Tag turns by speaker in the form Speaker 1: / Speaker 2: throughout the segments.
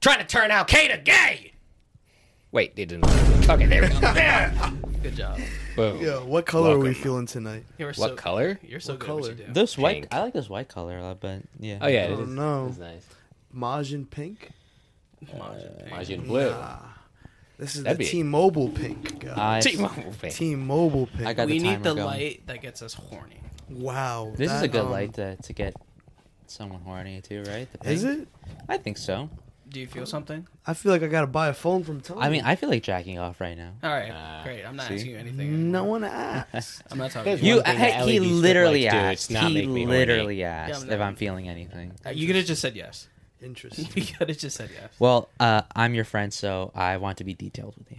Speaker 1: trying to turn Al Qaeda gay. Wait, they didn't. Okay, there we go.
Speaker 2: Good job.
Speaker 1: Boom.
Speaker 3: Yo, what color are we
Speaker 1: Welcome.
Speaker 3: feeling tonight?
Speaker 2: You're
Speaker 1: What color?
Speaker 2: You're so
Speaker 3: What
Speaker 2: good
Speaker 3: color?
Speaker 2: at what you do.
Speaker 4: This white,
Speaker 1: Pink.
Speaker 4: I like this white color a lot, but yeah.
Speaker 1: Oh yeah,
Speaker 3: I
Speaker 1: it
Speaker 3: don't
Speaker 1: is.
Speaker 3: know.
Speaker 1: It's nice.
Speaker 3: Majin pink.
Speaker 2: Majin Pink.
Speaker 1: Majin Blue.
Speaker 3: This is
Speaker 1: That'd
Speaker 3: the
Speaker 1: be-
Speaker 3: T-Mobile pink. guys.
Speaker 4: I,
Speaker 1: T-Mobile fan.
Speaker 3: T-Mobile pink.
Speaker 4: I got
Speaker 2: We
Speaker 4: the
Speaker 2: need
Speaker 4: timer
Speaker 2: the
Speaker 4: going.
Speaker 2: light that gets us horny.
Speaker 3: wow.
Speaker 4: This is
Speaker 3: is
Speaker 4: a good
Speaker 3: um,
Speaker 4: light to, to get someone horny too, right? The
Speaker 3: Is
Speaker 4: pink?
Speaker 3: it?
Speaker 4: I think so.
Speaker 2: Do you feel something?
Speaker 3: I feel like I gotta buy a phone from Tony.
Speaker 4: I mean, I feel like jacking off right now.
Speaker 2: All right,
Speaker 1: Nah.
Speaker 2: great. I'm not
Speaker 4: See? Mm.
Speaker 2: asking you anything.
Speaker 3: no one asked.
Speaker 2: I'm not talking. to
Speaker 4: You,
Speaker 2: You,
Speaker 1: one thing
Speaker 4: heck,
Speaker 1: that E
Speaker 4: he
Speaker 1: LED strip
Speaker 4: literally
Speaker 1: lights do,
Speaker 4: asked.
Speaker 1: it's not
Speaker 4: he
Speaker 1: make me horny.
Speaker 4: literally
Speaker 2: I'm
Speaker 4: asked
Speaker 2: not-
Speaker 4: if I'm feeling anything.
Speaker 2: Uh, you could have just said yes.
Speaker 3: Interesting.
Speaker 2: You could have just said yes.
Speaker 4: Well, uh, I'm your friend, so I want to be detailed with you.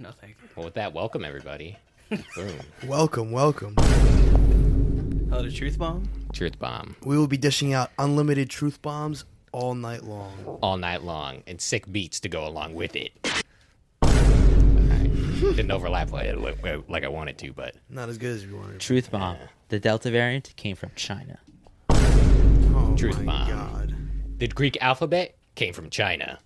Speaker 2: No, thank you.
Speaker 1: Well, with that, welcome everybody. Boom.
Speaker 3: welcome, welcome.
Speaker 2: Oh, the truth bomb.
Speaker 1: Truth bomb
Speaker 3: We will be dishing out unlimited truth bombs all night long.
Speaker 1: all night long, and sick beats to go along with it. Alright. Didn't overlap like, like I wanted to, but
Speaker 3: Not as good as we wanted.
Speaker 4: Truth bomb. The Delta variant came from China.
Speaker 3: Oh
Speaker 1: Truth
Speaker 3: my
Speaker 1: bomb.
Speaker 3: god.
Speaker 1: the Greek alphabet came from China.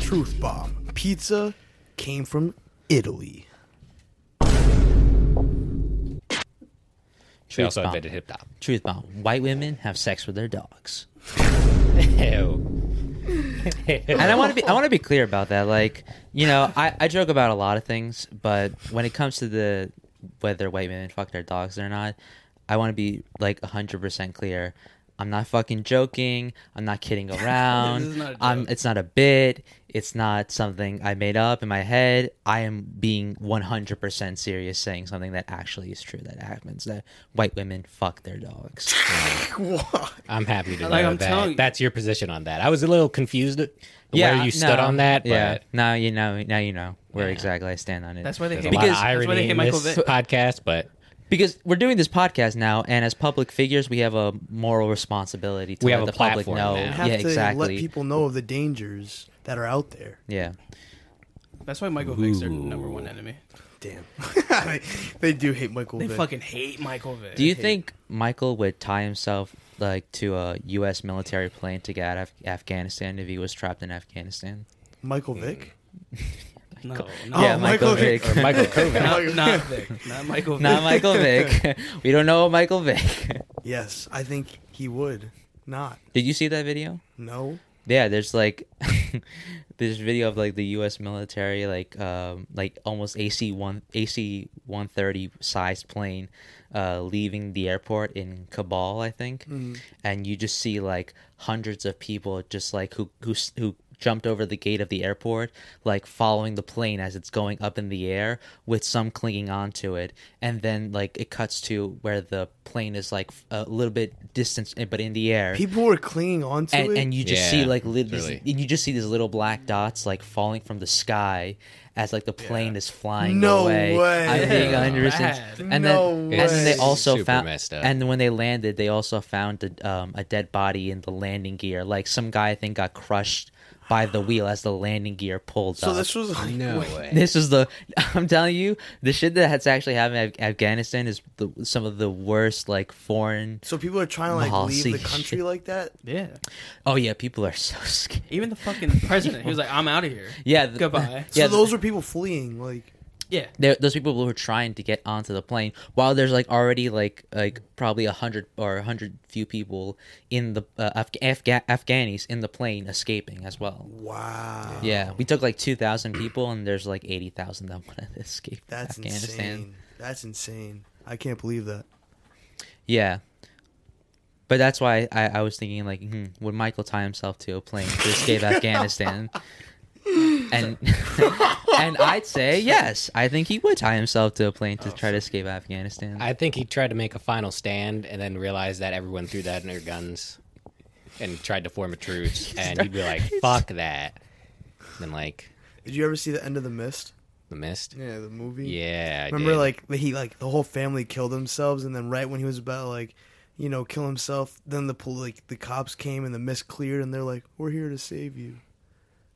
Speaker 3: Truth bomb. Pizza came from Italy.
Speaker 1: They
Speaker 4: Truth
Speaker 1: also
Speaker 4: bomb.
Speaker 1: invented hip hop.
Speaker 4: Truth bomb. White women have sex with their dogs.
Speaker 1: Ew.
Speaker 4: and I want to be I want to be clear about that. Like, you know, I, I joke about a lot of things, but when it comes to the whether white women fuck their dogs or not, I want to be like 100% clear. I'm not fucking joking. I'm not kidding around.
Speaker 2: is not a
Speaker 4: I'm,
Speaker 2: joke.
Speaker 4: it's not a bit. It's not something I made up in my head. I am being 100% serious saying something that actually is true that happens that white women fuck their dogs.
Speaker 1: I'm happy to know
Speaker 2: Like, I'm
Speaker 1: that.
Speaker 2: telling you-
Speaker 1: That's your position on that. I was a little confused where you stood
Speaker 4: no,
Speaker 1: on that, but
Speaker 4: Yeah. Now you know now you know where exactly I stand on it.
Speaker 2: That's why they
Speaker 1: there's
Speaker 2: hate.
Speaker 1: a lot of
Speaker 2: that's
Speaker 4: Because-
Speaker 2: why they
Speaker 1: irony
Speaker 2: hate
Speaker 1: in
Speaker 2: Michael
Speaker 1: this
Speaker 2: Vick.
Speaker 1: podcast, but
Speaker 4: because we're doing this podcast now, and as public figures, we have a moral responsibility to
Speaker 1: We
Speaker 4: let
Speaker 1: have a
Speaker 4: the public
Speaker 1: platform
Speaker 4: know.
Speaker 1: now. We
Speaker 3: Have
Speaker 4: Yeah,
Speaker 3: to
Speaker 4: exactly.
Speaker 3: let people know of the dangers that are out there.
Speaker 4: yeah,
Speaker 2: That's why Michael Vick's their number one enemy.
Speaker 3: Damn. they do hate Michael
Speaker 2: They
Speaker 3: Vick.
Speaker 2: fucking hate Michael Vick.
Speaker 4: do you think Michael would tie himself like to a U.S. military plane to get out of Afghanistan if he was trapped in Afghanistan?
Speaker 3: Michael Vick?
Speaker 2: No, no,
Speaker 4: yeah,
Speaker 3: Oh,
Speaker 4: Michael
Speaker 3: Michael Vick.
Speaker 4: Vick.
Speaker 1: or Michael Kovac.
Speaker 2: not, not Vick, not Michael. Vick.
Speaker 4: Not Michael Vick. we don't know Michael Vick.
Speaker 3: Yes, I think he would. Not.
Speaker 4: Did you see that video?
Speaker 3: No.
Speaker 4: Yeah, there's like this video of like the U.S. military, like um, like almost AC one AC one thirty sized plane, uh, leaving the airport in Kabul, I think, and you just see like hundreds of people just like who who s- who jumped over the gate of the airport, like following the plane as it's going up in the air, with some clinging onto it, and then like it cuts to where the plane is like f- a little bit distance, but in the air
Speaker 3: People were clinging onto
Speaker 4: and,
Speaker 3: it.
Speaker 4: and you just see
Speaker 1: Yeah,
Speaker 4: like li- these,
Speaker 1: really.
Speaker 4: and you just see these little black dots like falling from the sky as like the plane is flying
Speaker 3: No
Speaker 4: away.
Speaker 3: way.
Speaker 4: I'm being
Speaker 2: Yeah.
Speaker 4: 100
Speaker 2: Bad.
Speaker 3: No
Speaker 4: and then
Speaker 3: way.
Speaker 4: and then they
Speaker 1: It's
Speaker 4: also
Speaker 1: super
Speaker 4: found
Speaker 1: messed up.
Speaker 4: and when they landed they also found a, um, a dead body in the landing gear. Like some guy I think got crushed by the wheel as the landing gear pulled
Speaker 3: so
Speaker 4: up.
Speaker 3: this was like
Speaker 1: No way.
Speaker 4: This is the I'm telling you, the shit that has actually happened in Af- Afghanistan is the, some of the worst like foreign.
Speaker 3: So people are trying to like
Speaker 4: Mahal
Speaker 3: leave
Speaker 4: Sea
Speaker 3: the country
Speaker 4: shit.
Speaker 3: like that.
Speaker 2: Yeah,
Speaker 4: Oh yeah, people are so scared.
Speaker 2: even the fucking president. He was like, "I'm out of here."
Speaker 4: Yeah, the-
Speaker 2: Goodbye.
Speaker 3: So
Speaker 4: Yeah,
Speaker 3: those were people fleeing. Like
Speaker 2: Yeah,
Speaker 4: there, those people who are trying to get onto the plane while there's like already like like probably a hundred or a hundred few people in the uh, Afga- Afga- Afghanis in the plane escaping as well.
Speaker 3: wow.
Speaker 4: Yeah, we took like two thousand people and there's like eighty thousand that want to escape
Speaker 3: That's
Speaker 4: Afghanistan.
Speaker 3: insane. That's insane. I can't believe that.
Speaker 4: Yeah. But that's why I, I was thinking like, hmm, would Michael tie himself to a plane to escape Afghanistan? And and I'd say yes. I think he would tie himself to a plane to try to escape Afghanistan.
Speaker 1: I think he tried to make a final stand and then realized that everyone threw that in their guns and tried to form a truce. and he'd be like, fuck that. And then, like,
Speaker 3: Did you ever see the end of the mist?
Speaker 1: the mist.
Speaker 3: Yeah, the movie.
Speaker 1: Yeah. I
Speaker 3: Remember,
Speaker 1: did.
Speaker 3: like the, he like the whole family killed themselves, and then right when he was about to, like, you know, kill himself, then the pol- like the cops came and the mist cleared, and they're like, "We're here to save you."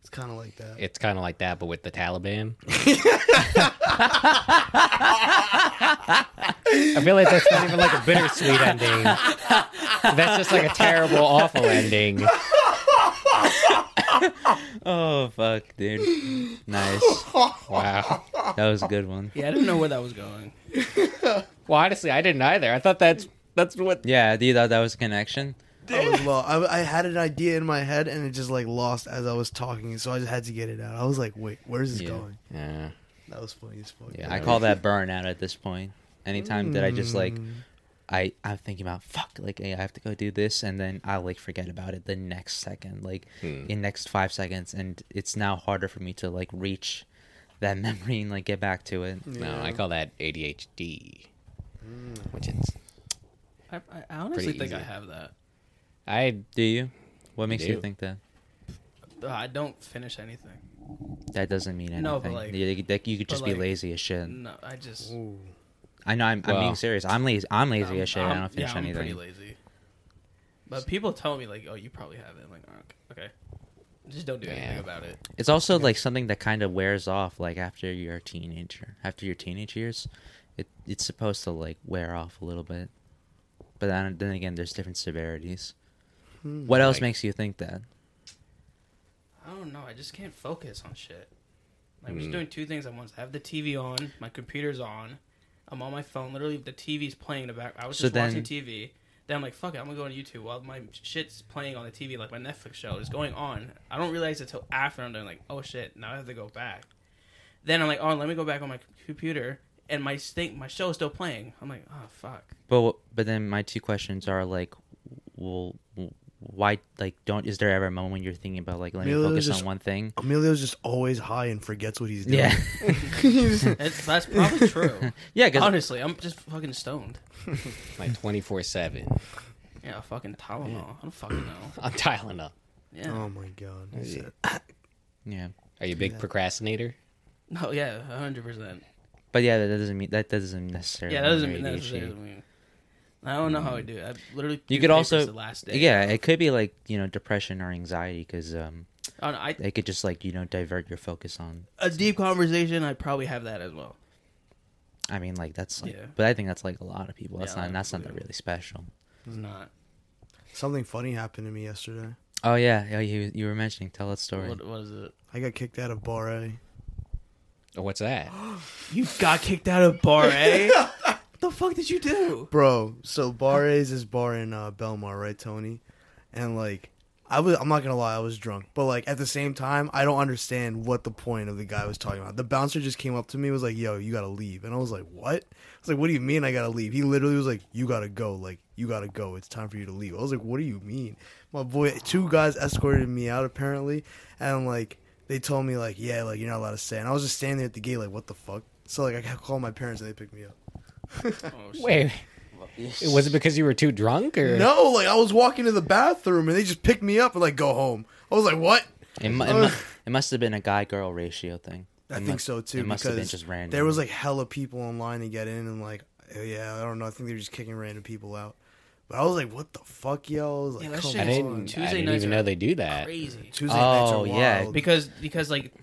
Speaker 3: It's kind of like that.
Speaker 1: It's kind of like that, but with the Taliban. I feel like that's not even like a bittersweet ending. That's just like a terrible, awful ending.
Speaker 4: oh fuck, dude. Nice.
Speaker 1: Wow.
Speaker 4: That was a good one.
Speaker 2: Yeah, I didn't know where that was going.
Speaker 1: Well, honestly, I didn't either. I thought that's that's what.
Speaker 4: Yeah, do you thought that was a connection?
Speaker 3: I was low. I, I had an idea in my head and it just like lost as I was talking, so I just had to get it out. I was like, wait, where's this
Speaker 4: Yeah.
Speaker 3: going?
Speaker 1: Yeah.
Speaker 3: That was funny as fuck.
Speaker 1: Yeah.
Speaker 4: I call that burnout at this point. Anytime that I just like
Speaker 1: Mm.
Speaker 4: I I'm thinking about fuck like hey, I have to go do this and then I'll like forget about it the next second like
Speaker 1: Hmm.
Speaker 4: in next 5 seconds and it's now harder for me to like reach that memory and like get back to it.
Speaker 1: No, I
Speaker 3: Yeah.
Speaker 1: call that ADHD, which it's
Speaker 2: I, I I honestly
Speaker 1: Pretty
Speaker 2: think I
Speaker 1: easy.
Speaker 2: have that.
Speaker 1: I
Speaker 4: Do you? What makes you
Speaker 1: do.
Speaker 4: think that?
Speaker 2: Uh, I don't finish anything.
Speaker 4: That doesn't mean anything.
Speaker 2: No, but, like-
Speaker 4: you, you- like, you could
Speaker 2: but,
Speaker 4: just be
Speaker 2: like- mm.
Speaker 4: lazy as shit.
Speaker 2: No, I just.
Speaker 3: Ooh.
Speaker 4: I know. I'm, I'm
Speaker 1: Well-
Speaker 4: being serious. I'm lazy. I'm lazy
Speaker 2: I'm-
Speaker 4: as shit.
Speaker 2: I'm-
Speaker 4: I don't finish
Speaker 2: yeah, I'm
Speaker 4: anything.
Speaker 2: pretty lazy. But people tell me like, "Oh, you probably have it." I'm like, oh, okay, just don't do anything
Speaker 1: Yeah.
Speaker 2: about it.
Speaker 4: It's also like something that kind of wears off, like after you're a teenager. After your teenage years, it it's supposed to like wear off a little bit. But then, then again, there's different severities. What else
Speaker 1: Like-
Speaker 4: makes you think that?
Speaker 2: I don't know. I just can't focus on shit. Like, I'm
Speaker 1: Mm.
Speaker 2: just doing two things at once. I have the TV on, my computer's on, I'm on my phone. Literally, the TV's playing in the back. I was
Speaker 4: So
Speaker 2: just watching
Speaker 4: then-
Speaker 2: TV. Then I'm like, fuck it, I'm gonna go on YouTube while my shit's playing on the TV, like my Netflix show is going on. I don't realize it till after I'm done. Like, oh shit, now I have to go back. Then I'm like, oh, let me go back on my c- computer, and my thing, my show is still playing. I'm like, oh fuck.
Speaker 4: But wh- but then my two questions are like, well, why like don't is there ever a moment when you're thinking about like let me
Speaker 3: Maybe it was
Speaker 4: focus
Speaker 3: just-
Speaker 4: on one thing?
Speaker 3: Emilio's just always high and forgets what he's doing.
Speaker 4: Yeah,
Speaker 2: That's, that's probably true.
Speaker 4: yeah. Because
Speaker 2: Honestly, I'm just fucking stoned.
Speaker 1: like twenty four seven
Speaker 2: Yeah, fucking Tylenol. I don't fucking know.
Speaker 1: on Tylenol.
Speaker 2: Yeah.
Speaker 3: Oh my god.
Speaker 1: Yeah.
Speaker 4: yeah.
Speaker 1: Are you a big
Speaker 3: Yeah.
Speaker 1: procrastinator?
Speaker 2: No, yeah, hundred percent.
Speaker 4: But yeah, that doesn't mean that doesn't necessarily.
Speaker 2: Yeah, that doesn't
Speaker 4: mean
Speaker 2: mean that
Speaker 4: ADHD.
Speaker 2: doesn't mean. I don't know how I do it. I literally. do
Speaker 4: You could
Speaker 2: papers
Speaker 4: also-
Speaker 2: the last day.
Speaker 4: Yeah, it could be like you know depression or anxiety because um
Speaker 2: I, don't know, I
Speaker 4: it could just like you know divert your focus on.
Speaker 2: a deep conversation. I probably have that as well.
Speaker 4: I mean like that's like,
Speaker 2: Yeah.
Speaker 4: but I think that's like a lot of people. That's
Speaker 2: Yeah,
Speaker 4: not that's nothing
Speaker 2: absolutely.
Speaker 4: really special.
Speaker 2: It's not.
Speaker 3: Something funny happened to me yesterday.
Speaker 4: Oh yeah, yeah. You you were mentioning tell that story.
Speaker 2: What was it?
Speaker 3: I got kicked out of bar A.
Speaker 1: Or what's that?
Speaker 2: You got kicked out of bar A. what the fuck did you do?
Speaker 3: Bro, so bar A is this bar in uh, Belmar, right, Tony? And like I was I'm not gonna lie, I was drunk. But like at the same time, I don't understand what the point of the guy was talking about. The bouncer just came up to me, was like, Yo, you gotta leave and I was like, What? I was like, What do you mean I gotta leave? He literally was like, You gotta go, like, you gotta go. It's time for you to leave. I was like, What do you mean? My boy two guys escorted me out apparently and like they told me like, Yeah, like you're not allowed to stay and I was just standing there at the gate like, What the fuck? So like I called my parents and they picked me up.
Speaker 2: Oh, shit.
Speaker 1: Wait, was it because you were too drunk or
Speaker 3: No, like I was walking to the bathroom and they just picked me up and like go home. I was like, what?
Speaker 4: It, mu- it, mu- it must have been a guy girl ratio thing.
Speaker 3: I
Speaker 4: It
Speaker 3: think
Speaker 4: must-
Speaker 3: so too.
Speaker 4: It must have been
Speaker 3: because
Speaker 4: just random.
Speaker 3: There was like hella people online to get in and like, yeah, I don't know. I think they were just kicking random people out. But I was like, what the fuck, yo? I was like,
Speaker 2: Yeah, that
Speaker 3: come
Speaker 2: shit
Speaker 1: I
Speaker 3: on.
Speaker 2: is
Speaker 1: didn't.
Speaker 2: Tuesday
Speaker 1: I didn't
Speaker 2: nights
Speaker 1: even
Speaker 2: are
Speaker 1: know they do that.
Speaker 2: Crazy.
Speaker 3: Tuesday nights
Speaker 4: Oh,
Speaker 3: are
Speaker 4: yeah.
Speaker 3: wild.
Speaker 2: Because because like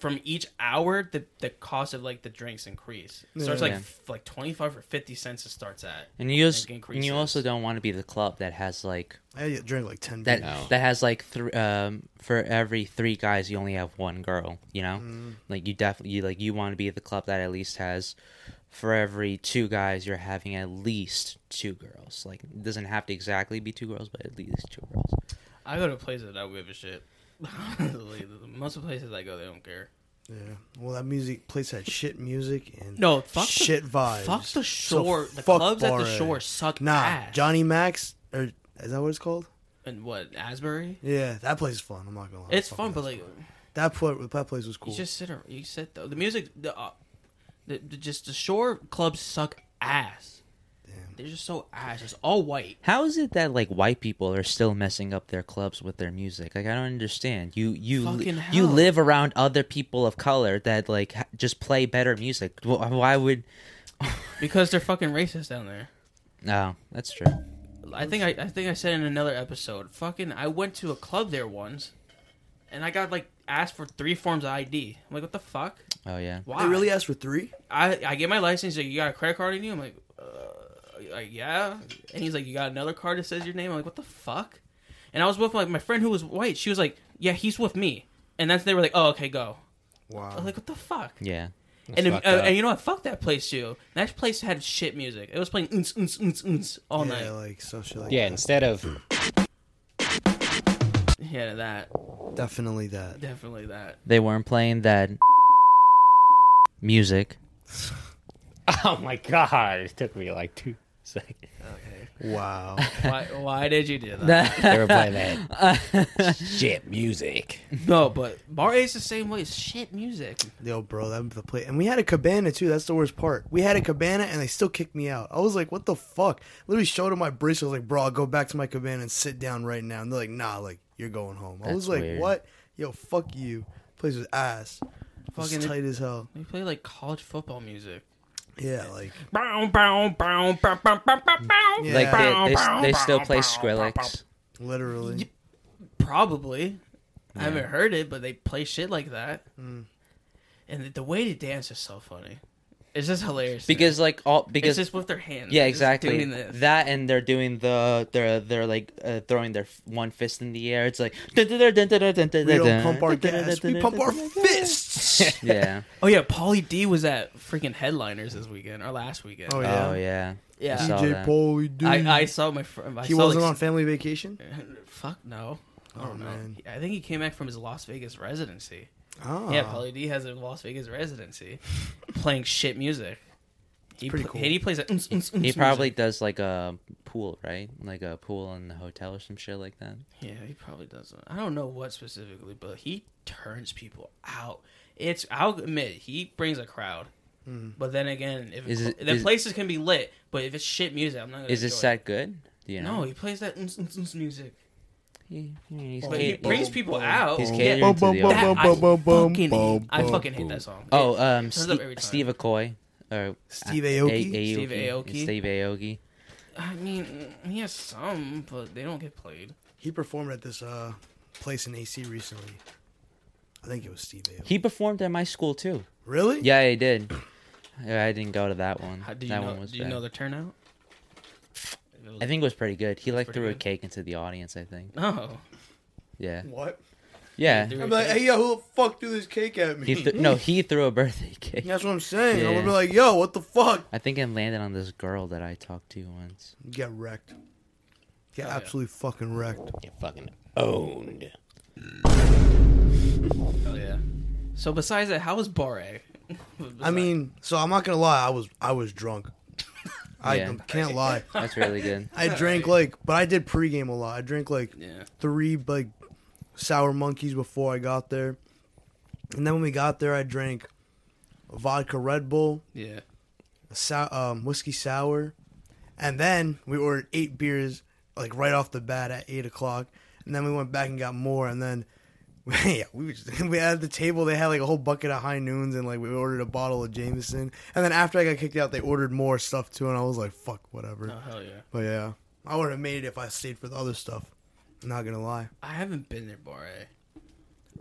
Speaker 2: from each hour the the cost of like the drinks increase. It starts like
Speaker 4: Yeah.
Speaker 2: f- like twenty five or fifty cents. It starts at.
Speaker 4: and you just,
Speaker 2: Like
Speaker 4: and you also
Speaker 2: increases.
Speaker 4: don't want to be the club that has like
Speaker 3: I had to drink like ten.
Speaker 4: that
Speaker 3: beers.
Speaker 1: No.
Speaker 4: that has like three um for every three guys you only have one girl you know
Speaker 2: Mm.
Speaker 4: like you definitely you like you want to be the club that at least has for every two guys you're having at least two girls like it doesn't have to exactly be two girls but at least two girls
Speaker 2: I go to places that don't give a shit. Honestly, Most of the places I go, they don't care.
Speaker 3: Yeah. Well, that music place had shit music and
Speaker 2: No, fuck the-
Speaker 3: shit vibes.
Speaker 2: Fuck the
Speaker 3: So
Speaker 2: shore. the
Speaker 3: fuck
Speaker 2: clubs at
Speaker 3: Bar
Speaker 2: the
Speaker 3: A.
Speaker 2: shore suck
Speaker 3: Nah,
Speaker 2: ass.
Speaker 3: Johnny Max or is that what it's called?
Speaker 2: and what Asbury?
Speaker 3: Yeah, that place is fun. I'm not gonna lie.
Speaker 2: It's
Speaker 3: Fuck
Speaker 2: fun,
Speaker 3: that
Speaker 2: but like
Speaker 3: That pla- that place was cool.
Speaker 2: you just sit. ar- You sit. The, the music, the, uh, the, the just the shore clubs suck ass.
Speaker 3: Damn.
Speaker 2: They're just so ass. It's all white.
Speaker 4: how is it that like white people are still messing up their clubs with their music like i don't understand you you
Speaker 2: Fucking
Speaker 4: you
Speaker 2: hell.
Speaker 4: live around other people of color that like ha- just play better music Wh- why would
Speaker 2: Because they're fucking racist down there.
Speaker 4: no oh, that's true
Speaker 2: I think I, I think I said in another episode. Fucking, I went to a club there once, and I got like asked for three forms of ID. I'm like, what the fuck?
Speaker 4: oh yeah
Speaker 2: Why?
Speaker 3: They really asked for three.
Speaker 2: I I get my license. Like, you got a credit card in you? I'm like, uh, like yeah. And he's like, you got another card that says your name? I'm like, what the fuck? And I was with like my friend who was white. She was like, "Yeah, he's with me." And that's they were like, "Oh, okay, go." I was
Speaker 3: Wow.
Speaker 2: like, "What the fuck?"
Speaker 4: Yeah.
Speaker 2: and if,
Speaker 1: fucked
Speaker 2: uh,
Speaker 1: up.
Speaker 2: and you know what? Fuck that place too. That place had shit music. It was playing uns uns uns uns all
Speaker 3: yeah,
Speaker 2: night.
Speaker 3: like so shit like
Speaker 1: Yeah,
Speaker 3: that.
Speaker 1: instead of
Speaker 2: Yeah, that
Speaker 3: definitely that.
Speaker 2: definitely that.
Speaker 4: They weren't playing that music.
Speaker 1: oh my god, it took me like two seconds.
Speaker 3: Wow.
Speaker 2: Why why did you do that?
Speaker 1: they were playing that shit music.
Speaker 2: no, but Bar A's the same way. It's shit music.
Speaker 3: Yo, bro, that the play. And we had a cabana too. That's the worst part. We had a cabana, and they still kicked me out. I was like, "What the fuck?" Literally showed him my bracelet. I was like, "Bro, I'll go back to my cabana and sit down right now." And they're like, "Nah, like you're going home." I was
Speaker 4: That's
Speaker 3: like,
Speaker 4: weird.
Speaker 3: "What? Yo, fuck you." Place was ass. Fucking
Speaker 2: Fucking-
Speaker 3: tight as hell.
Speaker 2: They play like college football music.
Speaker 3: Yeah, like
Speaker 2: Bow, bow, bow, bow, bow, bow, bow, bow.
Speaker 3: Yeah.
Speaker 4: Like
Speaker 2: Bow,
Speaker 4: they,
Speaker 2: bow,
Speaker 4: they, they still
Speaker 2: bow,
Speaker 4: play
Speaker 2: bow,
Speaker 4: Skrillex.
Speaker 3: literally.
Speaker 2: Probably. I haven't heard it, but they play shit like that.
Speaker 3: Mm.
Speaker 2: And the, the way they dance is so funny. It's just hilarious. to me.
Speaker 4: Because like all
Speaker 2: it's
Speaker 4: because
Speaker 2: just with their hands.
Speaker 4: yeah
Speaker 2: They're just
Speaker 4: exactly
Speaker 2: Doing this.
Speaker 4: that and they're doing the they're they're like uh, throwing their f- one fist in the air. It's like we
Speaker 3: We
Speaker 4: don't
Speaker 3: don't pump our gas. We pump our fists.
Speaker 4: yeah
Speaker 2: oh yeah, Paulie D was at freaking headliners this weekend or last weekend.
Speaker 3: Oh yeah.
Speaker 4: oh yeah
Speaker 2: yeah.
Speaker 4: saw
Speaker 3: DJ
Speaker 4: that.
Speaker 3: Paul, we do.
Speaker 2: I, I saw my friend.
Speaker 3: he wasn't on family vacation.
Speaker 2: on. Fuck no. I
Speaker 3: Oh,
Speaker 2: don't know.
Speaker 3: man.
Speaker 2: I think he came back from his Las Vegas residency.
Speaker 3: Oh.
Speaker 2: Yeah, Paulie D has a Las Vegas residency, playing shit music. He
Speaker 3: pretty
Speaker 2: pl-
Speaker 3: cool.
Speaker 2: and he plays. A, "Uns, uns, uns"
Speaker 4: he
Speaker 2: music.
Speaker 4: probably does like a pool right like a pool in the hotel or some shit like that.
Speaker 2: Yeah, he probably doesn't. I don't know what specifically, but he turns people out. It's I'll admit he brings a crowd.
Speaker 3: Mm-hmm.
Speaker 2: But then again, if
Speaker 4: Is it-
Speaker 2: the
Speaker 4: is-
Speaker 2: places can be lit, but if it's shit music, I'm not gonna.
Speaker 4: Is this
Speaker 2: enjoy it.
Speaker 4: set good? Do you know?
Speaker 2: No, he plays that uns, uns, uns music,
Speaker 4: He,
Speaker 3: Oh,
Speaker 4: he's
Speaker 2: but he
Speaker 4: ca-
Speaker 2: brings people out.
Speaker 4: he's
Speaker 2: Yeah,
Speaker 4: catering to the
Speaker 3: Bum,
Speaker 2: that
Speaker 3: bum,
Speaker 4: audience.
Speaker 2: I
Speaker 3: bum, bum, bum,
Speaker 2: fucking
Speaker 3: bum,
Speaker 2: hate. I
Speaker 3: bum,
Speaker 2: fucking hate
Speaker 1: bum.
Speaker 2: that song.
Speaker 4: Oh,
Speaker 2: It-
Speaker 4: um,
Speaker 2: turns up every
Speaker 4: Steve,
Speaker 2: time.
Speaker 4: Steve Aoki or
Speaker 3: Steve
Speaker 4: A-
Speaker 3: Aoki?
Speaker 4: A-
Speaker 2: Steve
Speaker 4: Aoki.
Speaker 2: Aoki.
Speaker 4: Steve Aoki.
Speaker 2: I mean, he has some, but they don't get played.
Speaker 3: He performed at this uh place in AC recently. I think it was Steve A.
Speaker 4: He performed at my school too.
Speaker 3: Really?
Speaker 4: Yeah, he did. Yeah, I didn't go to that one.
Speaker 2: How, do you
Speaker 4: that
Speaker 2: know?
Speaker 4: one was
Speaker 2: do you
Speaker 4: bad.
Speaker 2: know the turnout?
Speaker 4: I think it was pretty good. He like
Speaker 2: pretty
Speaker 4: threw a
Speaker 2: good.
Speaker 4: cake into the audience. I think.
Speaker 2: No.
Speaker 4: Yeah.
Speaker 3: What?
Speaker 4: Yeah.
Speaker 2: threw-
Speaker 3: I'm like, hey, yo, who the fuck threw this cake at me?
Speaker 4: He th- no, he threw a birthday cake.
Speaker 3: That's what I'm saying. I would be
Speaker 4: Yeah.
Speaker 3: like, yo, what the fuck?
Speaker 4: I think it landed on this girl that I talked to once.
Speaker 3: Get wrecked. Get
Speaker 2: Oh, yeah.
Speaker 3: absolutely fucking wrecked.
Speaker 1: Get fucking owned.
Speaker 2: Oh yeah. So besides that, how was Bar A?
Speaker 3: I mean, so I'm not gonna lie, I was I was drunk. I
Speaker 4: Yeah.
Speaker 3: can't lie.
Speaker 4: That's really good.
Speaker 3: I drank like, but I did pregame a lot. I drank like
Speaker 2: yeah.
Speaker 3: three like sour monkeys before I got there, and then when we got there, I drank vodka Red Bull,
Speaker 2: Yeah.
Speaker 3: a sou- um, whiskey sour, and then we ordered eight beers like right off the bat at eight o'clock, and then we went back and got more, and then yeah, we were just, we had at the table they had like a whole bucket of high noons, and like we ordered a bottle of Jameson, and then after I got kicked out, they ordered more stuff too, and I was like, fuck, whatever.
Speaker 2: Oh hell yeah.
Speaker 3: But yeah, I would have made it if I stayed for the other stuff. I'm not gonna lie.
Speaker 2: I haven't been there Bar A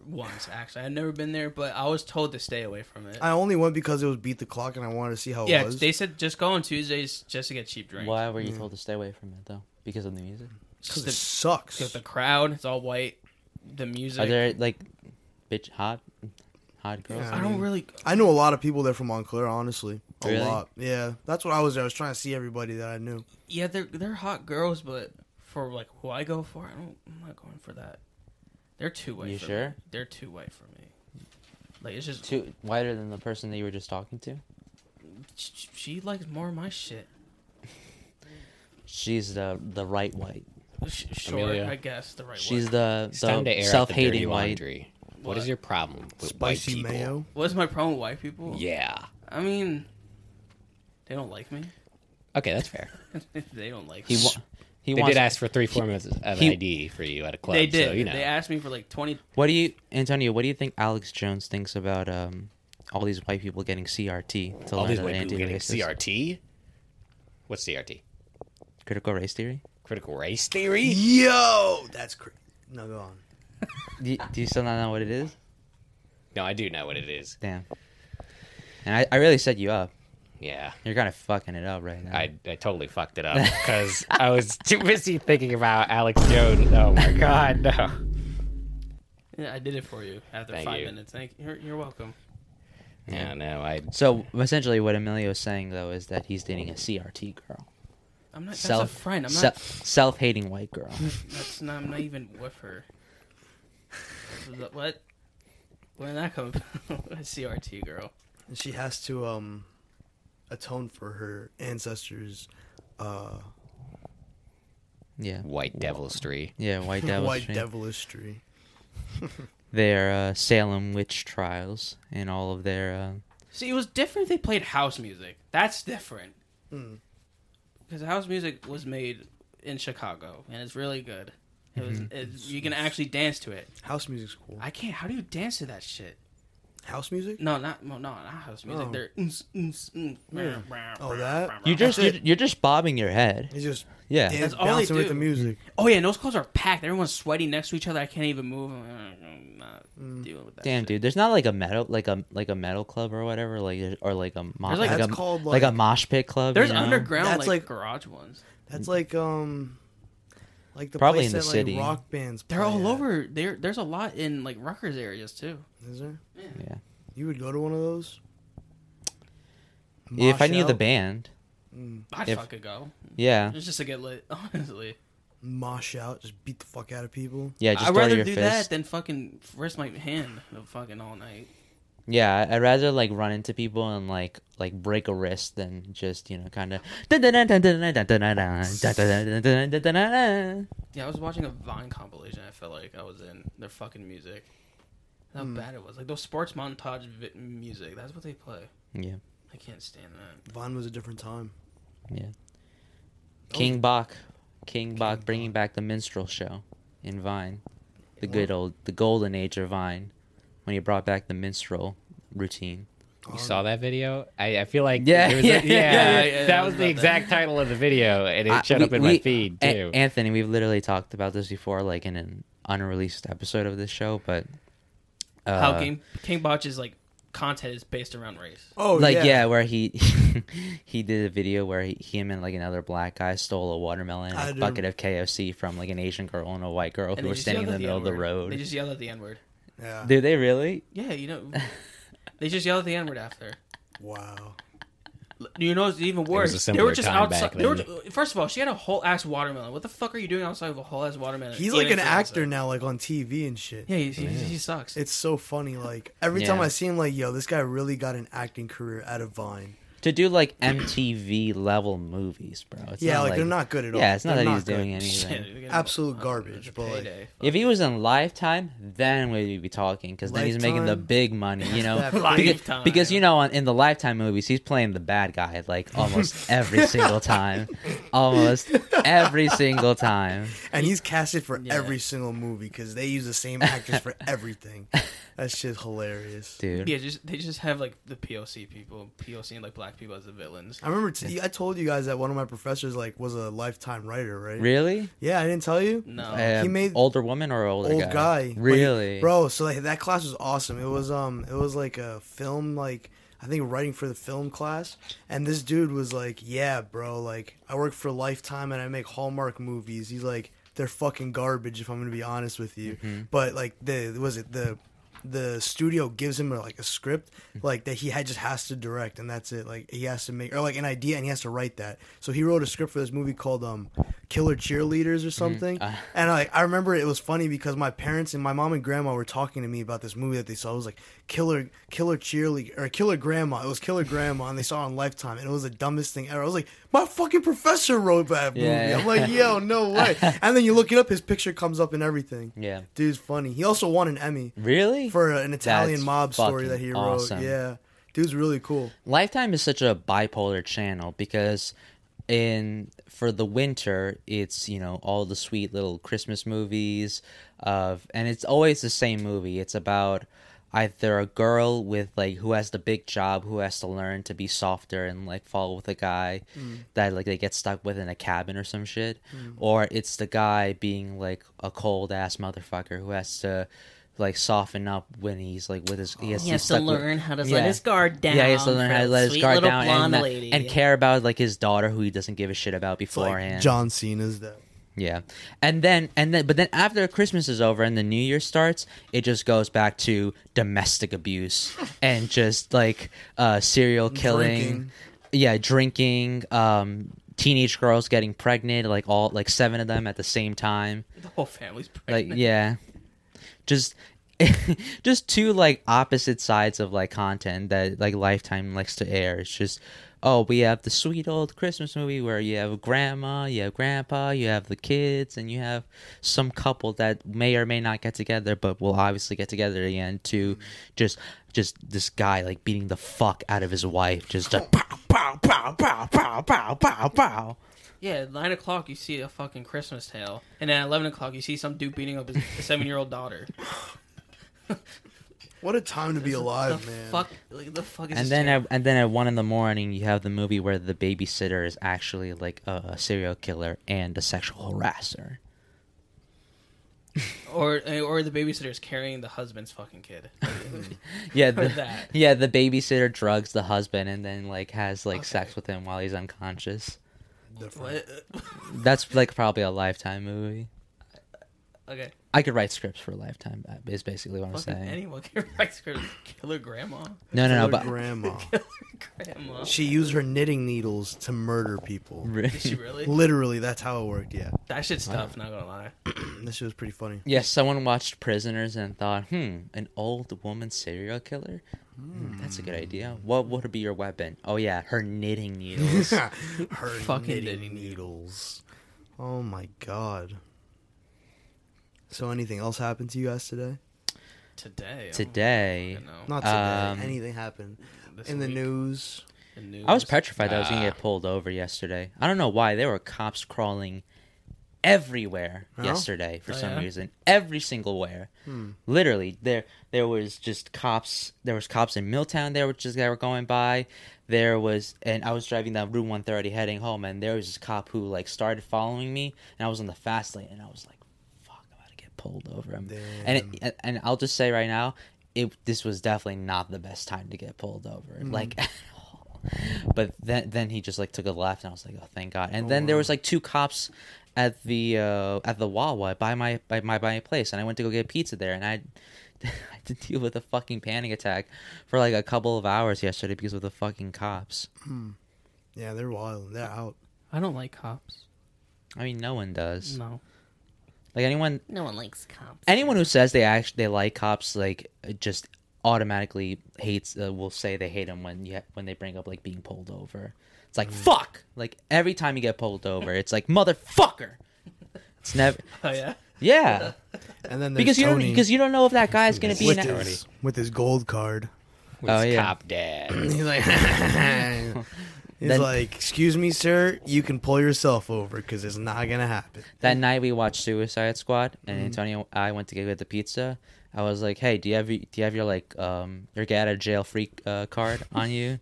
Speaker 2: once actually. I've never been there, but I was told to stay away from it.
Speaker 3: I only went because it was beat the clock, and I wanted to see how
Speaker 2: yeah,
Speaker 3: it was.
Speaker 2: they said just go on Tuesdays just to get cheap drinks.
Speaker 4: Why were
Speaker 3: Mm.
Speaker 4: you told to stay away from it though? Because of the music.
Speaker 2: Just
Speaker 3: it
Speaker 2: the,
Speaker 3: sucks.
Speaker 2: 'cause the crowd, it's all white. The music.
Speaker 4: Are there like bitch hot, hot girls?
Speaker 3: Yeah.
Speaker 2: I don't really.
Speaker 3: I knew a lot of people there from Montclair, honestly. A
Speaker 4: Really?
Speaker 3: lot. Yeah. That's what I was there. I was trying to see everybody that I knew.
Speaker 2: Yeah, they're they're hot girls, but for like who I go for, I don't. I'm not going for that. They're too white.
Speaker 4: You
Speaker 2: for
Speaker 4: sure?
Speaker 2: Me. They're too white for me. Like it's just
Speaker 4: Too whiter than the person that you were just talking to.
Speaker 2: sh- she likes more of my shit.
Speaker 4: She's the the right white.
Speaker 2: Sh- sure,
Speaker 1: Amelia.
Speaker 2: I guess the right
Speaker 4: She's
Speaker 2: one.
Speaker 4: the,
Speaker 1: It's time to
Speaker 4: the
Speaker 1: air
Speaker 4: self
Speaker 1: self the dirty
Speaker 4: hating white.
Speaker 1: laundry. what
Speaker 2: What?
Speaker 1: is your problem with white
Speaker 3: Spicy
Speaker 1: people?
Speaker 3: mayo.
Speaker 2: What's my problem with white people?
Speaker 1: Yeah.
Speaker 2: I mean, they don't like me.
Speaker 1: Okay, that's fair.
Speaker 2: they don't like
Speaker 4: He
Speaker 2: me.
Speaker 4: wa- he
Speaker 1: They
Speaker 4: wants.
Speaker 1: did ask for three four minutes of
Speaker 4: he-
Speaker 1: ID for you at a club.
Speaker 2: They did.
Speaker 1: So, you know.
Speaker 2: They asked me for like twenty.
Speaker 4: What do you, Antonio? What do you think Alex Jones thinks about um all these white people getting CRT to
Speaker 1: all
Speaker 4: learn
Speaker 1: these
Speaker 4: that
Speaker 1: white people getting
Speaker 4: anti-racist
Speaker 1: CRT. What's CRT?
Speaker 4: critical race theory?
Speaker 1: Critical race theory.
Speaker 3: Yo! That's crazy. No, go on.
Speaker 4: Do you, do you still not know what it is?
Speaker 1: No, I do know what it is.
Speaker 4: Damn. And I, I really set you up.
Speaker 1: Yeah.
Speaker 4: You're kind of fucking it up right now.
Speaker 1: I, I totally fucked it up because I was too busy thinking about Alex Jones. Oh my god, no.
Speaker 2: Yeah, I did it for you after
Speaker 1: Thank
Speaker 2: five
Speaker 1: you.
Speaker 2: minutes. Thank you're, you're welcome.
Speaker 1: Yeah, no, I
Speaker 4: So essentially, what Emilio is saying though is that he's dating a CRT girl,
Speaker 2: I'm not.
Speaker 4: self
Speaker 2: that's a friend. I'm
Speaker 4: self self-hating white girl.
Speaker 2: not. That's not. I'm not even with her. what? Where did that come? from? a CRT girl.
Speaker 3: And she has to um atone for her ancestors uh
Speaker 4: Yeah,
Speaker 1: white devilstry.
Speaker 4: yeah, white devil.
Speaker 3: white devilistry.
Speaker 4: Their uh, Salem witch trials and all of their. Uh,
Speaker 2: See, it was different. if They played house music. That's different. Hmm. Because house music was made in Chicago, and it's really good. It was.
Speaker 4: Mm-hmm.
Speaker 2: It, you can actually dance to it.
Speaker 3: House music's cool.
Speaker 2: I can't. How do you dance to that shit?
Speaker 3: House music?
Speaker 2: No, not no, no, not house music.
Speaker 3: Oh.
Speaker 2: They're mm, mm, mm,
Speaker 3: Oh, that?
Speaker 4: you just you're, you're just bobbing your head.
Speaker 3: It's just
Speaker 4: Yeah.
Speaker 3: dan-
Speaker 2: That's all they
Speaker 3: bouncing with the
Speaker 2: do.
Speaker 3: music.
Speaker 2: Oh yeah, and those clothes are packed. Everyone's sweaty next to each other. I can't even move. I'm, like, "Mm, I'm not dealing with that.
Speaker 4: Damn,
Speaker 2: shit.
Speaker 4: dude. There's not like a metal, like a like a metal club or whatever, like or like a mo-
Speaker 2: There's, like-
Speaker 4: like,
Speaker 3: That's
Speaker 4: a
Speaker 3: called,
Speaker 4: like, a
Speaker 3: like-
Speaker 4: mosh pit club.
Speaker 2: There's
Speaker 4: you know?
Speaker 2: underground
Speaker 3: That's
Speaker 2: like,
Speaker 3: like-
Speaker 2: garage ones.
Speaker 3: That's like um like the
Speaker 4: Probably
Speaker 3: place
Speaker 4: in the
Speaker 3: that,
Speaker 4: city.
Speaker 3: like rock bands.
Speaker 2: They're
Speaker 3: play
Speaker 2: all
Speaker 3: at.
Speaker 2: over. There, there's a lot in like Rutgers areas too.
Speaker 3: Is there?
Speaker 4: Yeah.
Speaker 3: You would go to one of those?
Speaker 4: Yeah, if I
Speaker 3: Mosh
Speaker 4: knew the
Speaker 3: out?
Speaker 4: band,
Speaker 2: I'd
Speaker 4: If-
Speaker 2: fucking go.
Speaker 4: yeah,
Speaker 2: It's just to get lit, honestly.
Speaker 3: mosh out, just beat the fuck out of people.
Speaker 4: yeah. Just
Speaker 2: I'd
Speaker 4: throw
Speaker 2: rather
Speaker 4: your
Speaker 2: do that
Speaker 4: fist.
Speaker 2: than fucking risk my hand the fucking all night.
Speaker 4: Yeah, I'd rather like run into people and like like break a wrist than just you know kind of. Yeah,
Speaker 2: Yeah, I was watching a Vine compilation. I felt like I was in their fucking music. How bad it was. Like those sports montage vi- music. That's what they play. I can't stand that.
Speaker 3: Vine was a different time.
Speaker 4: yeah. King Bach, King Bach, bringing back the minstrel show in Vine, the good old, the golden age of Vine, when he brought back the minstrel routine.
Speaker 1: You saw that video? I, I feel like
Speaker 4: Yeah,
Speaker 1: it was a-
Speaker 4: yeah,
Speaker 1: yeah,
Speaker 4: yeah,
Speaker 2: yeah, yeah,
Speaker 1: that
Speaker 2: I
Speaker 1: was
Speaker 2: remember
Speaker 1: the exact title of the video, and it
Speaker 4: I-
Speaker 1: showed
Speaker 4: we-
Speaker 1: up in
Speaker 4: we-
Speaker 1: my feed
Speaker 4: A-
Speaker 1: too.
Speaker 4: Anthony, we've literally talked about this before, like in an unreleased episode of this show, but uh,
Speaker 2: How King King Botch's like content is based around race.
Speaker 3: Oh,
Speaker 4: like yeah. where he he did a video where he, him and like another black guy stole a watermelon
Speaker 3: I
Speaker 4: and a
Speaker 3: do.
Speaker 4: bucket of KFC from like an Asian girl and a white girl who
Speaker 2: they
Speaker 4: were
Speaker 2: just
Speaker 4: standing
Speaker 2: yelled
Speaker 4: in
Speaker 2: at
Speaker 4: the middle of the
Speaker 2: N-word.
Speaker 4: road.
Speaker 2: They just yell at the N word.
Speaker 3: Yeah.
Speaker 4: Do they really?
Speaker 2: Yeah, you know, they just yell at the N word after.
Speaker 3: Wow.
Speaker 2: You know, it's even worse.
Speaker 1: a
Speaker 2: they
Speaker 1: simpler
Speaker 2: were just
Speaker 1: time back
Speaker 2: outside. They were
Speaker 1: then.
Speaker 2: ju- first of all, she had a whole ass watermelon. What the fuck are you doing outside of a whole ass watermelon?
Speaker 3: He's
Speaker 2: Even
Speaker 3: like
Speaker 2: if
Speaker 3: an
Speaker 2: you're
Speaker 3: actor
Speaker 2: outside?
Speaker 3: now, like on TV and shit.
Speaker 2: Yeah, he, he, he sucks.
Speaker 3: It's so funny. Like every
Speaker 4: Yeah.
Speaker 3: time I see him, like yo, this guy really got an acting career out of Vine.
Speaker 4: To do like MTV level movies, bro. It's
Speaker 3: yeah, like, they're not good at all.
Speaker 4: Yeah, it's not
Speaker 3: They're
Speaker 4: that he's doing
Speaker 2: Shit,
Speaker 4: anything.
Speaker 2: they're getting
Speaker 3: Absolute
Speaker 2: a- a-
Speaker 3: garbage,
Speaker 2: a
Speaker 3: but, like,
Speaker 2: payday.
Speaker 4: If he was in Lifetime, then we'd be talking because then he's making the
Speaker 3: Lifetime?
Speaker 4: big money, you know.
Speaker 3: That's
Speaker 4: Beca-
Speaker 2: Lifetime.
Speaker 4: because, you know, on, in the Lifetime movies, he's playing the bad guy like almost every single time, almost every single time.
Speaker 3: And he's casted for
Speaker 2: Yeah.
Speaker 3: every single movie because they use the same actors for everything. That shit's hilarious.
Speaker 4: dude.
Speaker 2: Yeah, just they just have like the POC people, POC and like black people as the villains.
Speaker 3: I remember t- I told you guys that one of my professors like was a lifetime writer, right?
Speaker 4: Really?
Speaker 3: Yeah, I didn't tell you.
Speaker 2: No,
Speaker 4: Um,
Speaker 3: Uh, he made
Speaker 4: older woman or older
Speaker 3: old
Speaker 4: guy?
Speaker 3: guy.
Speaker 4: Really,
Speaker 3: Like, bro, so like, that class was awesome. It was um it was like a film like I think writing for the film class and this dude was like, "Yeah, bro, like I work for Lifetime and I make Hallmark movies." He's like, "They're fucking garbage if I'm going to be honest with you."
Speaker 4: Mm-hmm.
Speaker 3: But like the was it the the studio gives him like a script
Speaker 4: Hmm.
Speaker 3: like that he had just has to direct and that's it like he has to make or like an idea and he has to write that so he wrote a script for this movie called um killer
Speaker 4: Hmm.
Speaker 3: cheerleaders or something
Speaker 4: Ah.
Speaker 3: and like i remember it was funny because my parents and my mom and grandma were talking to me about this movie that they saw it was like killer killer cheerleader or killer grandma it was killer grandma and they saw it on lifetime and it was the dumbest thing ever i was like my fucking professor wrote that movie
Speaker 4: Yeah.
Speaker 3: i'm like yo no way and then you look it up his picture comes up and everything
Speaker 4: Yeah.
Speaker 3: dude's funny he also won an emmy
Speaker 4: really.
Speaker 3: for an Italian
Speaker 4: That's
Speaker 3: mob story
Speaker 4: fucking
Speaker 3: that he wrote.
Speaker 4: awesome.
Speaker 3: Yeah, dude's really cool.
Speaker 4: Lifetime is such a bipolar channel because in for the winter it's you know all the sweet little Christmas movies of and it's always the same movie. It's about either a girl with like who has the big job who has to learn to be softer and like fall with a guy
Speaker 2: Mm.
Speaker 4: that like they get stuck with in a cabin or some shit or it's the guy being like a cold ass motherfucker who has to like soften up when he's like with his he has,
Speaker 2: Oh. He
Speaker 4: he's
Speaker 2: has to
Speaker 4: stuck with-
Speaker 2: learn how to
Speaker 4: Yeah.
Speaker 2: let his guard down.
Speaker 4: yeah, he has to learn
Speaker 2: for
Speaker 4: how to let his
Speaker 2: sweet
Speaker 4: guard
Speaker 2: little
Speaker 4: down
Speaker 2: blonde
Speaker 4: and, not-
Speaker 2: lady.
Speaker 4: and care about like his daughter who he doesn't give a shit about
Speaker 3: It's like
Speaker 4: beforehand.
Speaker 3: John Cena's that.
Speaker 4: Yeah, and then and then but then after Christmas is over and the New Year starts, it just goes back to domestic abuse and just like uh, serial killing.
Speaker 3: Drinking.
Speaker 4: Yeah, drinking. Um, teenage girls getting pregnant, like all like seven of them at the same time.
Speaker 2: the whole family's
Speaker 4: Like
Speaker 2: pregnant.
Speaker 4: yeah, just. just two like opposite sides of like content that like lifetime likes to air it's just oh we have the sweet old christmas movie where you have grandma you have grandpa you have the kids and you have some couple that may or may not get together but will obviously get together again to just just this guy like beating the fuck out of his wife just a pow pow pow pow pow pow pow pow
Speaker 2: Yeah, at nine o'clock you see a fucking Christmas tale, and then at eleven o'clock you see some dude beating up his seven-year-old daughter.
Speaker 3: What a time to be alive,
Speaker 2: the
Speaker 3: man.
Speaker 2: Fuck, like, the fuck is
Speaker 4: and
Speaker 2: this
Speaker 4: then
Speaker 2: channel?
Speaker 4: at, and then at one in the morning you have the movie where the babysitter is actually like a, a serial killer and a sexual harasser
Speaker 2: or or the babysitter's carrying the husband's fucking kid.
Speaker 4: yeah the,
Speaker 2: that.
Speaker 4: yeah the babysitter drugs the husband and then like has like
Speaker 2: Okay.
Speaker 4: sex with him while he's unconscious
Speaker 3: Different.
Speaker 2: What?
Speaker 4: that's like probably a lifetime movie
Speaker 2: Okay,
Speaker 4: i could write scripts for a lifetime uh, is basically what i'm
Speaker 2: fucking
Speaker 4: saying
Speaker 2: anyone can write scripts. Killer grandma,
Speaker 4: no no no
Speaker 3: Killer
Speaker 4: but
Speaker 3: grandma.
Speaker 2: killer grandma.
Speaker 3: She used her knitting needles to murder people.
Speaker 2: Is she really?
Speaker 3: Literally, that's how it worked. Yeah,
Speaker 2: That shit's tough. Not gonna lie.
Speaker 3: this shit was pretty funny.
Speaker 4: Yes, someone watched Prisoners and thought, hmm, an old woman serial killer? Hmm, that's a good idea. What would be your weapon? Oh, yeah, her knitting needles.
Speaker 3: her
Speaker 2: Fucking
Speaker 3: knitting
Speaker 2: knitting
Speaker 3: needles. Oh my god. So, anything else happened to you guys today?
Speaker 2: Today. I don't
Speaker 4: Today,
Speaker 2: fucking know.
Speaker 3: Not today.
Speaker 4: Um,
Speaker 3: anything happened
Speaker 2: This
Speaker 3: in the
Speaker 2: week,
Speaker 3: news?
Speaker 2: the news.
Speaker 4: I was petrified that I was going to
Speaker 1: Ah.
Speaker 4: get pulled over yesterday. I don't know why. There were cops crawling everywhere
Speaker 3: Huh?
Speaker 4: yesterday for
Speaker 2: Oh,
Speaker 4: some
Speaker 2: yeah? Hmm.
Speaker 4: reason. Every single where. Literally, there there was just cops. There was cops in Milltown there, which is that were going by. There was, and I was driving down Route 130 heading home, and there was this cop who like started following me, and I was on the fast lane, and I was like, "Fuck, I'm about to get pulled over." I'm- And it, and I'll just say right now, it this was definitely not the best time to get pulled over,
Speaker 2: Hmm.
Speaker 4: like at all. But then then he just like took a left, and I was like, "Oh, thank God!" And then there was like two cops at the uh, at the Wawa by my by my by my place, and I went to go get pizza there, and I. I had to deal with a fucking panic attack for like a couple of hours yesterday because of the fucking cops.
Speaker 3: Yeah, they're wild. They're out.
Speaker 2: I don't like cops.
Speaker 4: I mean, no one does.
Speaker 2: No.
Speaker 4: Like anyone,
Speaker 2: No one likes cops.
Speaker 4: anyone who says they actually they like cops like just automatically hates uh, will say they hate them when you when they bring up like being pulled over it's
Speaker 3: Mm.
Speaker 4: like fuck like every time you get pulled over it's like motherfucker it's never
Speaker 2: Oh yeah.
Speaker 4: yeah
Speaker 3: And then there's
Speaker 4: because you don't
Speaker 3: Tony
Speaker 4: because you don't know if that guy's gonna be
Speaker 3: with,
Speaker 4: an
Speaker 3: his, with his gold card.
Speaker 1: With
Speaker 4: Oh,
Speaker 1: his
Speaker 4: yeah.
Speaker 1: cop dad.
Speaker 3: He's like, he's
Speaker 4: Then-
Speaker 3: like, excuse me, sir, you can pull yourself over because it's not gonna happen.
Speaker 4: that night we watched Suicide Squad, and Antonio I went to go get the pizza. I was like, "Hey, do you have y- do you have your like um your get out of jail free uh, card on you?"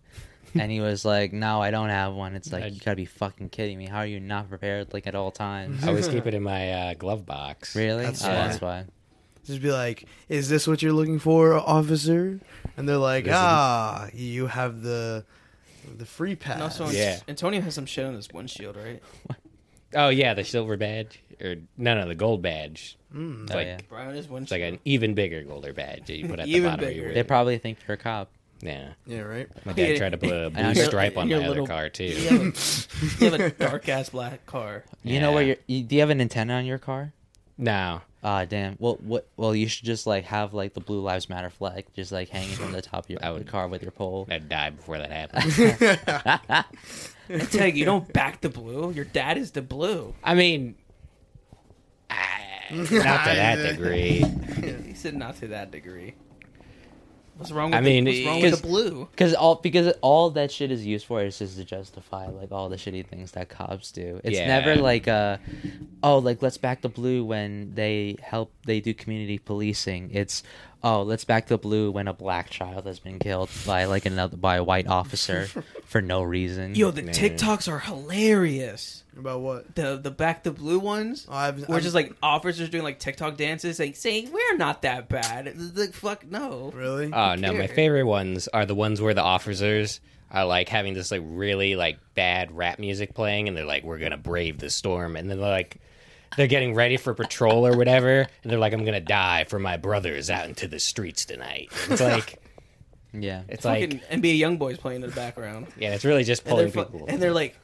Speaker 4: and he was like, "No, I don't have one." It's like
Speaker 1: I-
Speaker 4: you gotta be fucking kidding me. How are you not prepared like at all times?
Speaker 1: I always keep it in my uh, glove box.
Speaker 4: really?
Speaker 3: That's
Speaker 4: oh,
Speaker 3: why.
Speaker 4: that's why.
Speaker 3: Just be like, is this what you're looking for, officer? And they're like,
Speaker 1: This is-
Speaker 3: ah, you have the the free pass.
Speaker 2: And also,
Speaker 1: Yeah.
Speaker 2: Antonio has some shit on his windshield, right?
Speaker 1: Oh yeah, the silver badge or no, no, the gold badge. It's
Speaker 2: Mm,
Speaker 4: Oh,
Speaker 1: like
Speaker 4: yeah.
Speaker 2: Brian is
Speaker 1: it's like
Speaker 2: windshield.
Speaker 1: an even bigger golder badge that you put at the
Speaker 2: Even
Speaker 1: bottom of
Speaker 4: They
Speaker 1: your.
Speaker 2: bigger.
Speaker 4: probably think you're a cop.
Speaker 1: Yeah,
Speaker 3: yeah, right.
Speaker 1: my dad
Speaker 2: Yeah.
Speaker 1: tried to put a blue
Speaker 4: Your-
Speaker 1: stripe on my
Speaker 2: your
Speaker 1: other
Speaker 2: little-
Speaker 1: car too.
Speaker 2: You have a, you have a dark ass black car.
Speaker 4: You know where
Speaker 1: Yeah.
Speaker 4: you're, you do you have an antenna on your car?
Speaker 1: No,
Speaker 4: Ah, damn. Well, what? Well, you should just like have like the Blue Lives Matter flag just like hanging from the top of your
Speaker 1: I would-
Speaker 4: car with your pole.
Speaker 1: I'd die before that happened.
Speaker 2: Tag, you don't back the blue. Your dad is the blue.
Speaker 1: I mean, ah, not to that degree.
Speaker 2: He said not to that degree. What's wrong? With
Speaker 1: I mean,
Speaker 2: the, what's wrong with
Speaker 1: because-
Speaker 2: the blue?
Speaker 4: Because all because all that shit is used for is just to justify like all the shitty things that cops do. It's
Speaker 1: Yeah.
Speaker 4: never like uh oh like let's back the blue when they help they do community policing. It's oh, let's back to blue when a black child has been killed by like another by a white officer for no reason.
Speaker 2: Yo, the
Speaker 1: Nah.
Speaker 2: TikToks are hilarious.
Speaker 3: About what?
Speaker 2: The the back the blue ones.
Speaker 3: Oh, I've,
Speaker 2: We're
Speaker 3: I've-
Speaker 2: just like officers doing like TikTok dances, like saying we're not that bad. Like fuck no.
Speaker 3: really.
Speaker 1: Oh no, my
Speaker 2: care?
Speaker 1: favorite ones are the ones where the officers are like having this like really like bad rap music playing, and they're like, "We're gonna brave the storm," and then they're like. They're getting ready for patrol or whatever, and they're like, "I'm gonna die for my brothers out into the streets tonight." And it's like,
Speaker 4: Yeah.
Speaker 1: it's
Speaker 2: Fucking
Speaker 1: like,
Speaker 2: NBA young boys playing in the background,
Speaker 1: yeah, it's really just
Speaker 2: and they're,
Speaker 1: pulling
Speaker 2: fu-
Speaker 1: people.
Speaker 2: and they're like,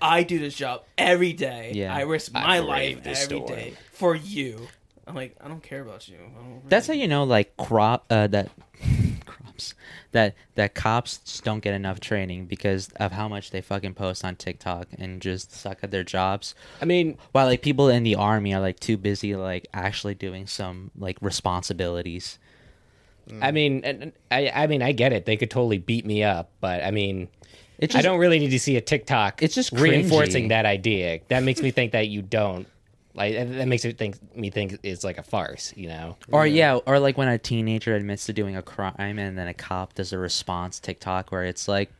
Speaker 2: I do this job every day.
Speaker 4: Yeah.
Speaker 2: I risk
Speaker 1: I
Speaker 2: my
Speaker 1: brave
Speaker 2: life every
Speaker 1: this
Speaker 2: day
Speaker 1: storm."
Speaker 2: for you. I'm like, I don't care about you. I don't
Speaker 4: That's how
Speaker 2: really-
Speaker 4: you know, like crop uh, that crops that that cops just don't get enough training because of how much they fucking post on TikTok and just suck at their jobs.
Speaker 1: I mean,
Speaker 4: While like people in the army are like too busy like actually doing some like responsibilities.
Speaker 2: Mm.
Speaker 1: I mean, and- and I, I mean, I get it. They could totally beat me up, but I mean,
Speaker 4: It's just,
Speaker 1: I don't really need to see a TikTok.
Speaker 4: It's just
Speaker 1: reinforcing
Speaker 4: cringy.
Speaker 1: that idea. That makes me think that you don't like. and That makes it think me think it's like a farce. You know,
Speaker 4: Or yeah. or like when a teenager admits to doing a crime and then a cop does a response TikTok where it's like,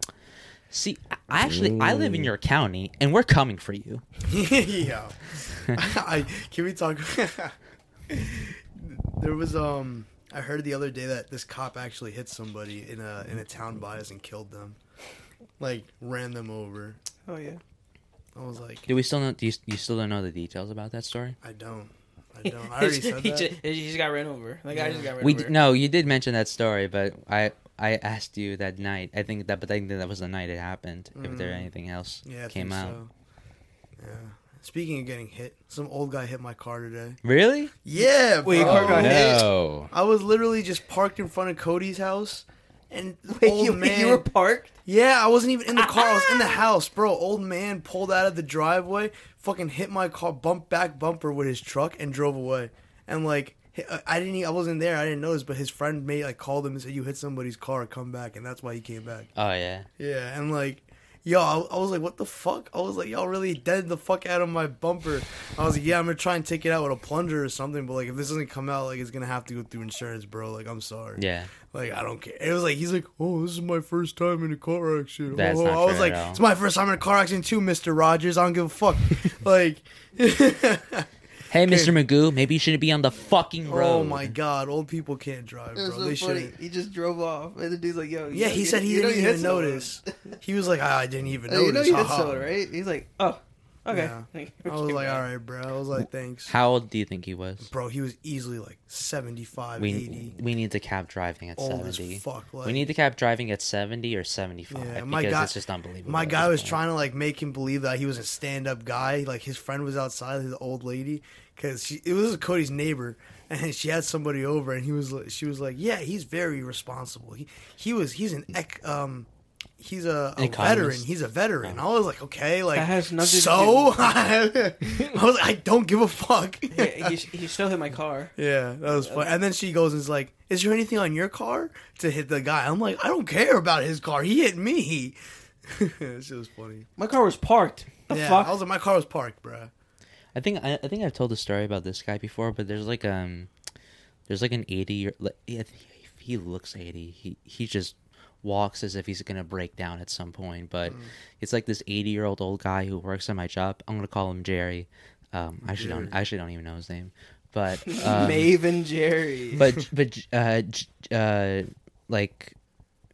Speaker 4: "See, I I actually I live in your county and we're coming for you."
Speaker 3: yeah. I, can we talk? there was um. I heard the other day that this cop actually hit somebody in a in a town by us and killed them, like ran them over.
Speaker 2: Oh yeah.
Speaker 3: I was like,
Speaker 4: Do we still know? Do you, you still don't know the details about that story?
Speaker 3: I don't, I don't. I already said
Speaker 2: he,
Speaker 3: that.
Speaker 2: just, he just got ran over. Like I just got ran
Speaker 4: We
Speaker 2: over.
Speaker 4: d- no, you did mention that story, but I I asked you that night. I think that, but I think that was the night it happened. If there anything else
Speaker 3: Mm. Yeah, I
Speaker 4: came
Speaker 3: think
Speaker 4: out,
Speaker 3: So. Yeah. Speaking of getting hit, some old guy hit my car today.
Speaker 4: really?
Speaker 3: Yeah,
Speaker 2: Wait, your car got hit?
Speaker 1: no.
Speaker 3: I was literally just parked in front of Cody's house, and
Speaker 2: Wait,
Speaker 3: old
Speaker 2: you,
Speaker 3: man.
Speaker 2: Oh, you were parked.
Speaker 3: Yeah, I wasn't even in the car. I was in the house, bro. Old man pulled out of the driveway, fucking hit my car, bumped back bumper with his truck, and drove away. And like, hi- uh, I didn't, e- I wasn't there. I didn't notice, but his friend made like called him and said, "You hit somebody's car. Come back." And that's why he came back.
Speaker 4: Oh yeah.
Speaker 3: Yeah, and like, yo, I, I was like, "What the fuck?" I was like, "Y'all really dead the fuck out of my bumper." I was like, "Yeah, I'm gonna try and take it out with a plunger or something." But like, if this doesn't come out, like, it's gonna have to go through insurance, bro. Like, I'm sorry.
Speaker 4: Yeah,
Speaker 3: Like I don't care. It was like he's like, oh, this is my first time in a car accident.
Speaker 4: That's
Speaker 3: Oh,
Speaker 4: not
Speaker 3: I was
Speaker 4: fair
Speaker 3: like,
Speaker 4: at all.
Speaker 3: it's my first time in a car accident too, Mister Rogers. I don't give a fuck. like,
Speaker 4: hey, Mr. Magoo, maybe you shouldn't be on the fucking road.
Speaker 3: oh my god, old people can't drive, bro. they should.
Speaker 2: He just drove off, and the dude's like, "Yo."
Speaker 3: Yeah, he said he didn't even notice. He was like, ah, I didn't even notice.
Speaker 2: you know you did
Speaker 3: haha.
Speaker 2: someone, right? He's like, "Oh, okay."
Speaker 3: Yeah. I was like, all right, bro. I was like, thanks,
Speaker 4: How old do you think he was?
Speaker 3: bro. He was easily like 75,
Speaker 4: We
Speaker 3: 80,
Speaker 4: we need to cap driving at
Speaker 3: old as
Speaker 4: seventy.
Speaker 3: fuck. Like,
Speaker 4: we need to cap driving at 70 or 75
Speaker 3: Yeah, my
Speaker 4: because
Speaker 3: guy-
Speaker 4: it's just unbelievable.
Speaker 3: My
Speaker 4: at
Speaker 3: guy
Speaker 4: this
Speaker 3: was
Speaker 4: point.
Speaker 3: trying to like make him believe that he was a stand-up guy. Like his friend was outside, his old lady, because it was Cody's neighbor, and she had somebody over, and he was li- she was like, "Yeah, he's very responsible. He he was he's an ec um." He's a, a
Speaker 4: Economist.
Speaker 3: veteran. He's a veteran. I was like, okay, like
Speaker 2: That has nothing to
Speaker 3: so.
Speaker 2: do-
Speaker 3: I was like, I don't give a fuck.
Speaker 2: Yeah, he, he still hit my car.
Speaker 3: Yeah, that was fun. And then she goes and is like, "Is there anything on your car to hit the guy?" I'm like, "I don't care about his car. He hit me." It's just funny.
Speaker 2: My car was parked. The
Speaker 3: yeah,
Speaker 2: fuck?
Speaker 3: I was like, my car was parked, bruh.
Speaker 4: I think I, I think I've told the story about this guy before, but there's like um, there's like an eighty year. like, He he looks eighty. He he just walks as if he's gonna break down at some point. But
Speaker 3: Mm.
Speaker 4: it's like this eighty year old old guy who works at my job. I'm gonna call him Jerry. Um, I actually don't I actually don't even know his name, but um,
Speaker 2: Maven Jerry.
Speaker 4: but but uh, j- uh like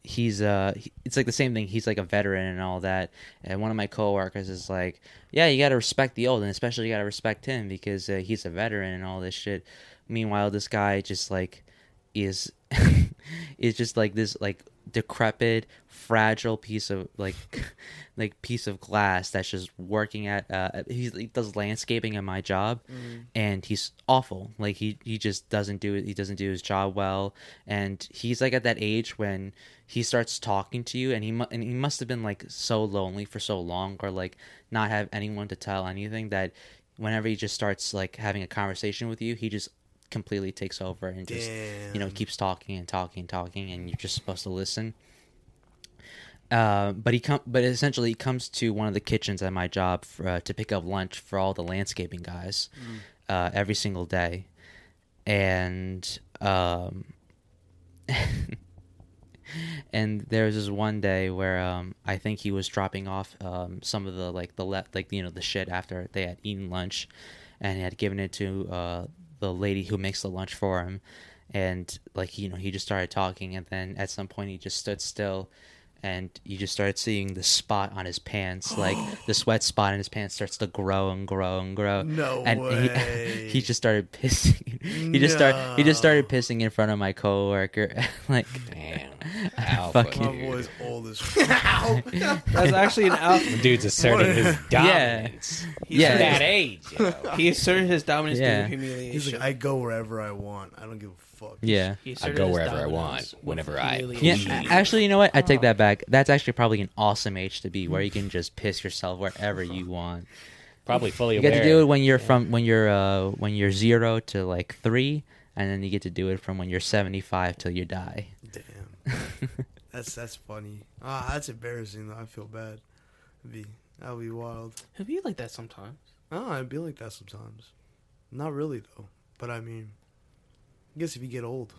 Speaker 4: he's uh he- it's like the same thing he's like a veteran and all that and one of my coworkers is like yeah you got to respect the old and especially you got to respect him because uh, he's a veteran and all this shit meanwhile this guy just like is is just like this like decrepit fragile piece of like like piece of glass that's just working at uh he's, he does landscaping at my job and he's awful like he he just doesn't do it he doesn't do his job well and he's like at that age when he starts talking to you and he mu- and he must have been like so lonely for so long or like not have anyone to tell anything that whenever he just starts like having a conversation with you he just completely takes over and just you know
Speaker 3: Damn.
Speaker 4: keeps talking and talking and talking and you're just supposed to listen uh, but he come, but essentially he comes to one of the kitchens at my job for, uh, to pick up lunch for all the landscaping guys uh, every single day, and um, and there was this one day where um, I think he was dropping off um, some of the like the left like you know the shit after they had eaten lunch, and he had given it to uh, the lady who makes the lunch for him, and like you know he just started talking, and then at some point he just stood still. And you just started seeing the spot on his pants, like the sweat spot on his pants starts to grow and grow and grow.
Speaker 3: No
Speaker 4: and
Speaker 3: way.
Speaker 4: He, he just started pissing. he just started. He just started pissing in front of my coworker. like
Speaker 1: Damn. Alpha,
Speaker 4: Fuck
Speaker 3: My
Speaker 1: dude.
Speaker 3: boy's old as fuck.
Speaker 2: That's actually an alpha.
Speaker 1: The dude's asserting his dominance.
Speaker 4: Yeah.
Speaker 1: At that age. you know.
Speaker 2: He asserted his dominance
Speaker 4: Yeah.
Speaker 2: through
Speaker 3: He's
Speaker 2: humiliation.
Speaker 3: like, I go wherever I want. I don't give a fuck.
Speaker 4: Yeah.
Speaker 2: He asserted
Speaker 1: I go
Speaker 2: his
Speaker 1: wherever I want,
Speaker 2: dominance with
Speaker 1: whenever I
Speaker 4: Yeah,
Speaker 1: please.
Speaker 2: humiliation.
Speaker 4: a- actually, you know what? I take that back. That's actually probably an awesome age to be, where you can just piss yourself wherever you want.
Speaker 1: Probably fully
Speaker 4: You
Speaker 1: aware.
Speaker 4: get to do it when you're from when you're uh, when you're zero to like three, and then you get to do it from when you're seventy five till you die.
Speaker 3: Damn. that's that's funny. Ah, that's embarrassing though. I feel bad. It'd be that'd be wild.
Speaker 2: Have you like that sometimes?
Speaker 3: Oh, I'd be like that sometimes. Not really though. But I mean, I guess if you get old.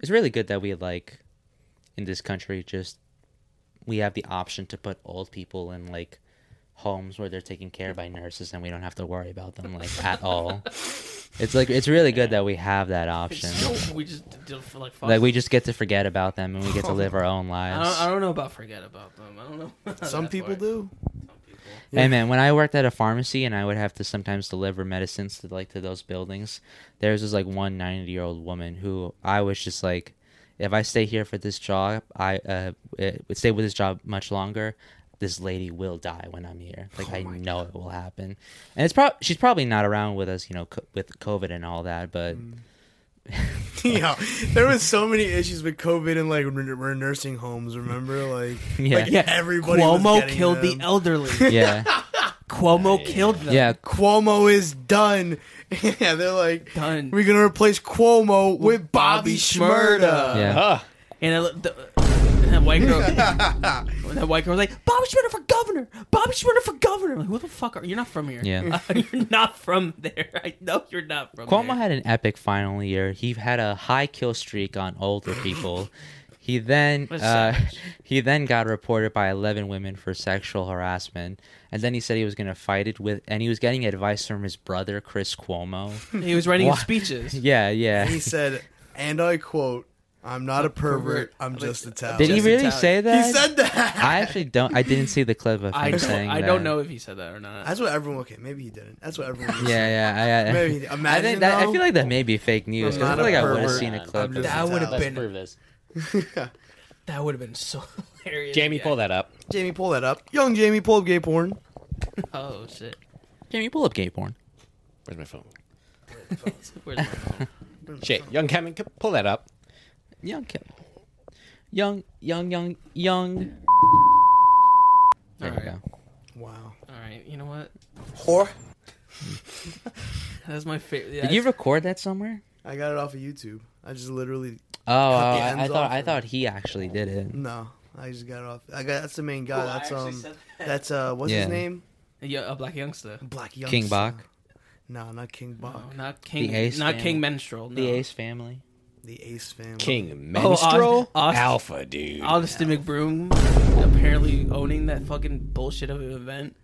Speaker 4: It's really good that we like in this country just we have the option to put old people in like homes where they're taken care of by nurses and we don't have to worry about them like at all. It's like it's really good that we have that option.
Speaker 2: It's- we just did for like five.
Speaker 4: Like we just get to forget about them and we get to live our own
Speaker 2: I don't,
Speaker 4: lives.
Speaker 2: I don't know about forget about them. I don't know. about
Speaker 3: Some
Speaker 2: that
Speaker 3: people
Speaker 2: part.
Speaker 3: do.
Speaker 2: Some people.
Speaker 3: Yeah.
Speaker 4: Hey man, when I worked at a pharmacy and I would have to sometimes deliver medicines to like to those buildings, there was this like one 90 year old woman who I was just like, if I stay here for this job, I uh eh, would stay with this job much longer. This lady will die when I'm here. Like I know it will happen, and it's probably she's probably not around with us, you know, co- with COVID and all that. But
Speaker 3: yeah, there was so many issues with COVID and like re- re- nursing homes. Remember, like
Speaker 4: Yeah.
Speaker 3: like
Speaker 4: Yeah.
Speaker 3: everybody. was
Speaker 2: Cuomo
Speaker 3: getting
Speaker 2: killed
Speaker 3: them.
Speaker 2: the elderly.
Speaker 4: yeah,
Speaker 2: Cuomo
Speaker 1: Yeah.
Speaker 2: killed them.
Speaker 4: yeah,
Speaker 3: Cuomo is done. yeah, they're like
Speaker 2: Done.
Speaker 3: We're gonna replace Cuomo with Bobby
Speaker 2: Bobby Shmurda."
Speaker 3: Shmurda.
Speaker 4: yeah.
Speaker 1: Huh.
Speaker 2: And, I, lo- the, and that white girl, that white girl was like, "Bobby Schmidt for governor. Bobby Schmidt for governor." I'm like, who the fuck are you're not from here?
Speaker 4: Yeah.
Speaker 2: you're not from there. I know you're not from.
Speaker 4: Cuomo
Speaker 2: there.
Speaker 4: had an epic final year. He had a high kill streak on older people. He then
Speaker 2: Was
Speaker 4: uh,
Speaker 2: savage.
Speaker 4: he then got reported by eleven women for sexual harassment, and then he said he was going to fight it with, and he was getting advice from his brother Chris Cuomo.
Speaker 2: he was writing his
Speaker 4: Wha-
Speaker 2: speeches.
Speaker 4: yeah, yeah.
Speaker 3: He said, and I quote, "I'm not a pervert. uh, I'm just a towel."
Speaker 4: Did he
Speaker 2: Just
Speaker 4: really
Speaker 2: Italian.
Speaker 4: say that?
Speaker 3: He said that.
Speaker 4: I actually don't. I didn't see the clip of him
Speaker 2: I don't,
Speaker 4: saying.
Speaker 2: I
Speaker 4: that.
Speaker 2: don't know if he said that or not.
Speaker 3: That's what everyone. Okay, maybe he didn't. That's what everyone. was saying.
Speaker 4: Yeah, yeah. I, I,
Speaker 3: Maybe-
Speaker 4: I
Speaker 3: imagine,
Speaker 4: think that, I
Speaker 3: though.
Speaker 4: feel like that may be fake news. 'cause I
Speaker 3: not a
Speaker 4: feel like I would have
Speaker 3: pervert.
Speaker 4: seen a clip.
Speaker 3: I'm just
Speaker 4: of
Speaker 3: a
Speaker 2: That would've
Speaker 3: towel.
Speaker 1: Let's
Speaker 2: been-
Speaker 1: prove this.
Speaker 2: That would have been so hilarious.
Speaker 1: Jamie,
Speaker 2: Yeah.
Speaker 1: pull that up.
Speaker 3: Jamie, pull that up. Young Jamie, pull up gay porn.
Speaker 2: Oh shit.
Speaker 4: Jamie, pull up gay porn.
Speaker 1: Where's my phone?
Speaker 2: Where's my phone?
Speaker 1: Shit, young Kevin, c- pull that up.
Speaker 4: Young Kim. Young, young, young, young. There
Speaker 2: Alright.
Speaker 4: you go.
Speaker 3: Wow.
Speaker 2: All right, you know what?
Speaker 3: Whore.
Speaker 2: That's my favorite.
Speaker 4: Did you record that somewhere?
Speaker 3: I got it off of YouTube. I just literally Cut
Speaker 4: Oh,
Speaker 3: the
Speaker 4: I- I
Speaker 3: ends
Speaker 4: thought
Speaker 3: off
Speaker 4: I
Speaker 3: or-
Speaker 4: thought he actually did it.
Speaker 3: no. I just got it off. I got that's the main guy. that's um. That's uh. What's
Speaker 4: Yeah.
Speaker 3: his name?
Speaker 2: yeah, a black youngster.
Speaker 3: Black Young.
Speaker 4: King Bach,
Speaker 3: No, not King Bach.
Speaker 2: No, not King.
Speaker 4: The Ace
Speaker 2: not
Speaker 4: family.
Speaker 2: King Menstrual. No.
Speaker 4: the Ace family.
Speaker 3: The Ace Family.
Speaker 1: King
Speaker 2: Oh, Aus-
Speaker 1: Menstrual
Speaker 2: Aus-
Speaker 1: Alpha, dude.
Speaker 2: Austin McBroom apparently owning that fucking bullshit of an event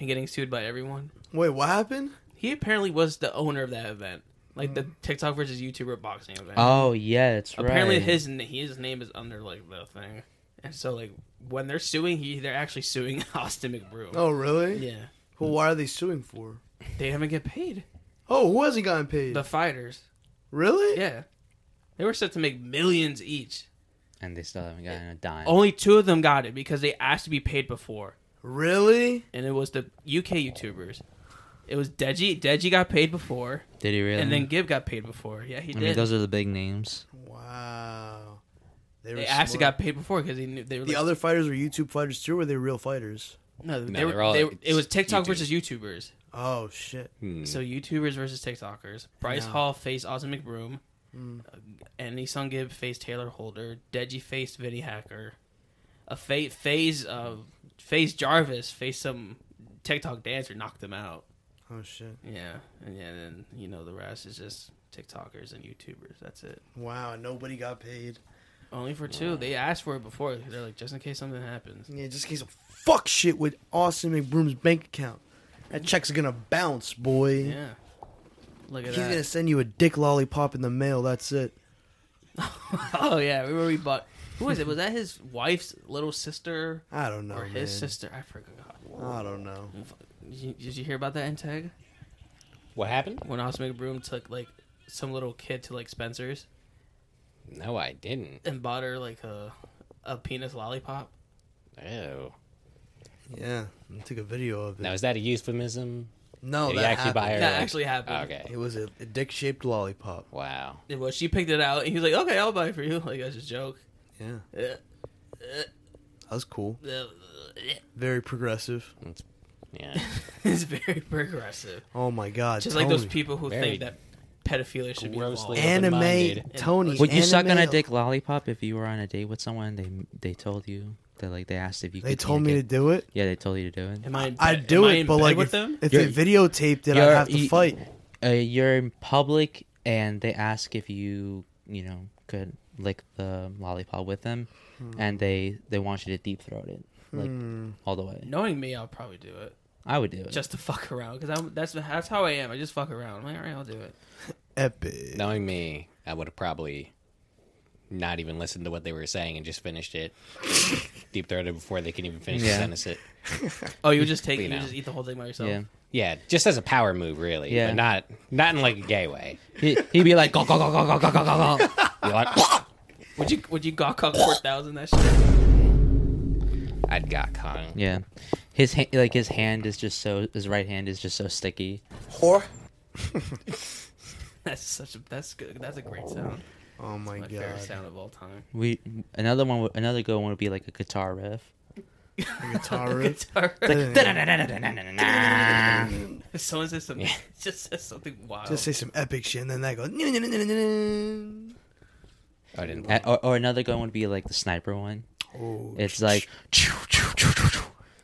Speaker 2: and getting sued by everyone.
Speaker 3: Wait, what happened?
Speaker 2: He apparently was the owner of that event, like the TikTok versus YouTuber boxing event.
Speaker 4: Oh yeah, that's right.
Speaker 2: apparently, his his n- his name is under like the thing, and so like when they're suing, he they're actually suing Austin McBroom.
Speaker 3: Oh, really?
Speaker 2: Yeah,
Speaker 3: Well, why are they suing for?
Speaker 2: they haven't get paid.
Speaker 3: Oh, who hasn't gotten paid?
Speaker 2: The fighters,
Speaker 3: really?
Speaker 2: yeah, they were set to make millions each.
Speaker 4: and they still haven't gotten a dime.
Speaker 2: Only two of them got it because they asked to be paid before.
Speaker 3: Really?
Speaker 2: and it was the UK YouTubers. It was Deji. Deji got paid before,
Speaker 4: did he really?
Speaker 2: and then Gib got paid before. Yeah, he
Speaker 4: I
Speaker 2: did.
Speaker 4: mean, those are the big names.
Speaker 3: Wow. They,
Speaker 2: they actually got
Speaker 3: smart.
Speaker 2: paid before because he knew they were
Speaker 3: The
Speaker 2: like,
Speaker 3: other fighters were YouTube fighters too, or were they real fighters?
Speaker 2: no, they
Speaker 1: No,
Speaker 2: were,
Speaker 1: they're all
Speaker 2: they
Speaker 1: like,
Speaker 2: were- it was
Speaker 1: it's
Speaker 2: TikTok
Speaker 1: YouTube.
Speaker 2: versus YouTubers.
Speaker 3: Oh shit!
Speaker 1: Hmm.
Speaker 2: So YouTubers versus TikTokers. Bryce
Speaker 3: Yeah. Mm.
Speaker 2: Hall faced Austin McBroom, and Nissan Gibb faced Taylor Holder. Deji faced Vinny Hacker. A fa- phase uh, phase Jarvis faced some TikTok dancer, knocked him out.
Speaker 3: Oh shit!
Speaker 2: Yeah, and yeah, then you know the rest is just TikTokers and YouTubers. That's it.
Speaker 3: Wow, nobody got paid.
Speaker 2: Only for two. They asked for it before. They're like, just in case something happens.
Speaker 3: Yeah, just in case of fuck shit with Austin McBroom's bank account. That check's gonna bounce, boy.
Speaker 2: Yeah. Look at
Speaker 3: Mm-hmm. He's gonna
Speaker 2: that.
Speaker 3: send you a dick lollipop in the mail. That's it.
Speaker 2: oh yeah, remember we bought. Who was it? Was that his wife's little sister
Speaker 3: I don't know,
Speaker 2: or
Speaker 3: man.
Speaker 2: his sister? I forgot.
Speaker 3: I don't know.
Speaker 2: Did you, did you hear about that in Tag?
Speaker 1: What happened?
Speaker 2: When Austin McBroom took like some little kid to like Spencer's
Speaker 1: No, I didn't.
Speaker 2: and bought her like a a penis lollipop.
Speaker 1: Oh.
Speaker 3: Yeah, I took a video of it.
Speaker 1: Now, is that a euphemism?
Speaker 3: No,
Speaker 1: Did
Speaker 3: that
Speaker 1: he actually buy
Speaker 3: happened.
Speaker 1: her?
Speaker 2: That
Speaker 1: like-
Speaker 2: actually happened.
Speaker 1: Okay.
Speaker 3: It was a, a dick shaped lollipop.
Speaker 1: Wow.
Speaker 2: It was. She picked it out. And he was like, "Okay, I'll buy it for you." Like that's a joke.
Speaker 3: Yeah,
Speaker 2: Uh,
Speaker 3: that was cool.
Speaker 2: uh,
Speaker 3: Very progressive.
Speaker 1: That's, yeah.
Speaker 2: It's very progressive.
Speaker 3: Oh my god,
Speaker 2: Just like those
Speaker 3: Tony.
Speaker 2: people who
Speaker 1: Very
Speaker 2: think that pedophilia should be
Speaker 1: grossly-
Speaker 2: involved.
Speaker 3: Anime
Speaker 1: open-minded.
Speaker 3: Tony.
Speaker 4: Would you suck on a
Speaker 3: anime-
Speaker 4: dick lollipop if you were on a date with someone? and They they told you that like they asked if you.
Speaker 3: They
Speaker 4: could
Speaker 3: told me to
Speaker 4: make
Speaker 3: do it.
Speaker 4: it. Yeah, they told you to do it.
Speaker 2: Am I? in
Speaker 3: I'd
Speaker 2: bed-
Speaker 3: do
Speaker 2: am I
Speaker 3: it,
Speaker 2: in
Speaker 3: but
Speaker 2: bed
Speaker 3: like
Speaker 2: with
Speaker 3: if,
Speaker 2: them.
Speaker 3: if
Speaker 4: You're-
Speaker 3: they videotaped it, I'd
Speaker 4: You're-
Speaker 3: have to
Speaker 4: you-
Speaker 3: fight.
Speaker 4: Uh, you're in public and they ask if you you know could lick the lollipop with them,
Speaker 3: Hmm.
Speaker 4: and they they want you to deep throat it like all the way.
Speaker 2: Knowing me, I'll probably do it
Speaker 4: I would do it.
Speaker 2: just to fuck around because I'm that's that's how I am. I just fuck around. I'm like, all right, I'll do it.
Speaker 3: Epic.
Speaker 1: Knowing me, I would have probably not even listened to what they were saying and just finished it. Deep throated before they can even finish
Speaker 4: Yeah.
Speaker 1: the sentence. It.
Speaker 2: Oh, you just take it,
Speaker 1: You
Speaker 2: you
Speaker 1: know.
Speaker 2: just eat the whole thing by yourself.
Speaker 4: yeah,
Speaker 1: Yeah, just as a power move, really.
Speaker 4: Yeah.
Speaker 1: But not not in like a gay way.
Speaker 4: he, he'd be like go go go go go go go go go.
Speaker 1: You're like,
Speaker 2: Would you would you gawk on four thousand that shit?
Speaker 1: I'd got Kong.
Speaker 4: Yeah, his ha- like his hand is just so his right hand is just so sticky.
Speaker 3: Whore.
Speaker 2: That's such a that's good. That's a great sound.
Speaker 3: Oh my,
Speaker 2: My
Speaker 3: god.
Speaker 2: favorite sound of all time.
Speaker 4: We another one would- another good one would be like a guitar riff.
Speaker 3: The guitar riff.
Speaker 2: Guitar.
Speaker 4: Da-da-da-da-da-da-da-da.
Speaker 2: Someone says something.
Speaker 1: Yeah.
Speaker 2: Just says something wild.
Speaker 3: Just say some epic shit, and then that goes. "Nin-nin-nin-nin-nin-nin."
Speaker 1: I didn't.
Speaker 4: Uh, or, or another good one would be like the sniper one.
Speaker 3: Oh,
Speaker 4: It's like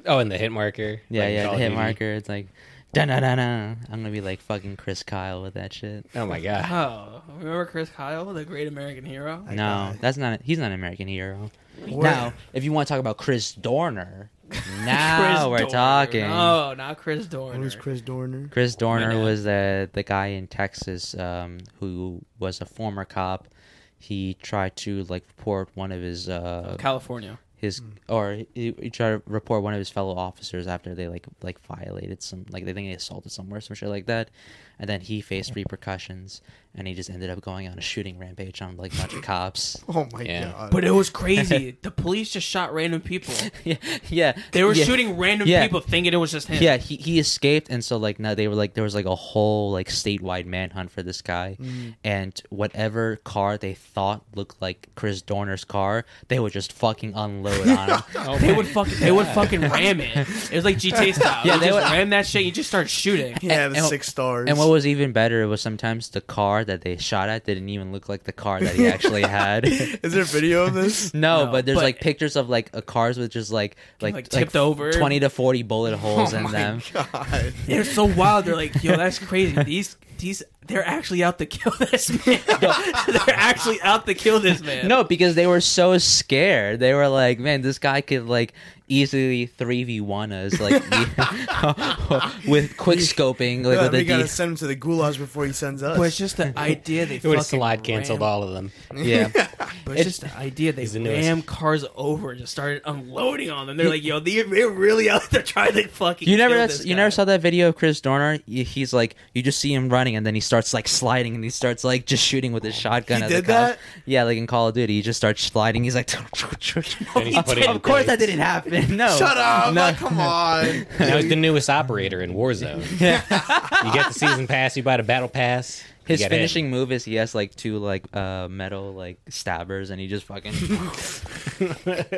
Speaker 1: Oh, and the hit marker.
Speaker 4: yeah
Speaker 1: Like
Speaker 4: yeah
Speaker 1: Call
Speaker 4: the
Speaker 1: of
Speaker 4: hit
Speaker 1: Duty.
Speaker 4: marker. It's like da da da da. I'm gonna be like fucking Chris Kyle with that shit.
Speaker 1: Oh my god.
Speaker 2: Oh, remember Chris Kyle, the great American hero?
Speaker 3: That
Speaker 4: No,
Speaker 3: guy.
Speaker 4: that's not he's not an American hero.
Speaker 3: Word.
Speaker 4: Now, if you want to talk about Chris Dorner, now we're
Speaker 2: Dorner. Oh.
Speaker 4: talking.
Speaker 2: No, not Chris Dorner.
Speaker 3: Who's Chris Dorner?
Speaker 4: Chris Dorner
Speaker 1: know.
Speaker 4: was the the guy in Texas um, who was a former cop. He tried to like report one of his uh,
Speaker 2: California.
Speaker 4: his or he, he tried to report one of his fellow officers after they like like violated some like they think they assaulted somewhere some shit like that, and then he faced repercussions and he just ended up going on a shooting rampage on like a bunch of cops.
Speaker 3: Oh my
Speaker 1: Yeah.
Speaker 3: god.
Speaker 2: But it was crazy. the police just shot random people.
Speaker 4: yeah, yeah,
Speaker 2: They were
Speaker 4: yeah.
Speaker 2: shooting random
Speaker 4: Yeah.
Speaker 2: people thinking it was just him.
Speaker 4: Yeah, he, he escaped, and so like now they were like there was like a whole like statewide manhunt for this guy,
Speaker 2: Hmm.
Speaker 4: and whatever car they thought looked like Chris Dorner's car, they would just fucking unload on him.
Speaker 1: Oh
Speaker 2: They
Speaker 1: my
Speaker 2: would fucking they would fucking ram it. It was like GTA style.
Speaker 4: Yeah,
Speaker 2: Yeah, you
Speaker 4: they
Speaker 2: just
Speaker 4: would-
Speaker 2: ram that shit. You just start shooting.
Speaker 3: yeah,
Speaker 4: and-
Speaker 3: the
Speaker 4: and-
Speaker 3: six stars.
Speaker 4: And what was even better was sometimes the car that they shot at didn't even look like the car that he actually had.
Speaker 3: Is there a video of this?
Speaker 4: No,
Speaker 2: No,
Speaker 4: but there's
Speaker 2: but-
Speaker 4: like pictures of like a cars with just like like,
Speaker 2: like, tipped over.
Speaker 4: twenty to forty bullet holes in
Speaker 3: Oh my
Speaker 4: them.
Speaker 3: god.
Speaker 2: They're so wild. They're like, yo, that's crazy. These these they're actually out to kill this man. they're actually out to kill this man.
Speaker 4: No, because they were so scared. They were like, "Man, this guy could like easily three v one us like e with quick scoping like
Speaker 3: Yeah,
Speaker 4: with
Speaker 3: we
Speaker 4: the
Speaker 3: gotta
Speaker 4: D-
Speaker 3: send him to the goulags before he sends us.
Speaker 2: But it's just the idea they
Speaker 1: It would
Speaker 2: fucking
Speaker 1: have slide canceled
Speaker 2: ram,
Speaker 1: all of them.
Speaker 4: yeah."
Speaker 2: But it's just the idea they
Speaker 1: He's the newest.
Speaker 2: ram cars over and just started unloading on them. They're like, yo, they- they're really out there trying to fucking.
Speaker 4: You never
Speaker 2: kill
Speaker 4: that's,
Speaker 2: this
Speaker 4: you
Speaker 2: guy.
Speaker 4: never saw that video of Chris Dorner. He- He's like you just see him running and then he starts like sliding and he starts like just shooting with his shotgun.
Speaker 3: He
Speaker 4: at
Speaker 3: did
Speaker 4: the cops.
Speaker 3: that?
Speaker 4: Yeah, like in Call of Duty, he just starts sliding. He's like,
Speaker 1: he's putting
Speaker 4: of
Speaker 1: in
Speaker 4: course
Speaker 1: place.
Speaker 4: that didn't happen. No,
Speaker 3: Shut up!
Speaker 4: No.
Speaker 3: like, come on.
Speaker 1: Now he's the newest operator in Warzone. you get the season pass, you buy the battle pass. you
Speaker 4: His
Speaker 1: get
Speaker 4: finishing move is he has like two like uh metal like stabbers and he just fucking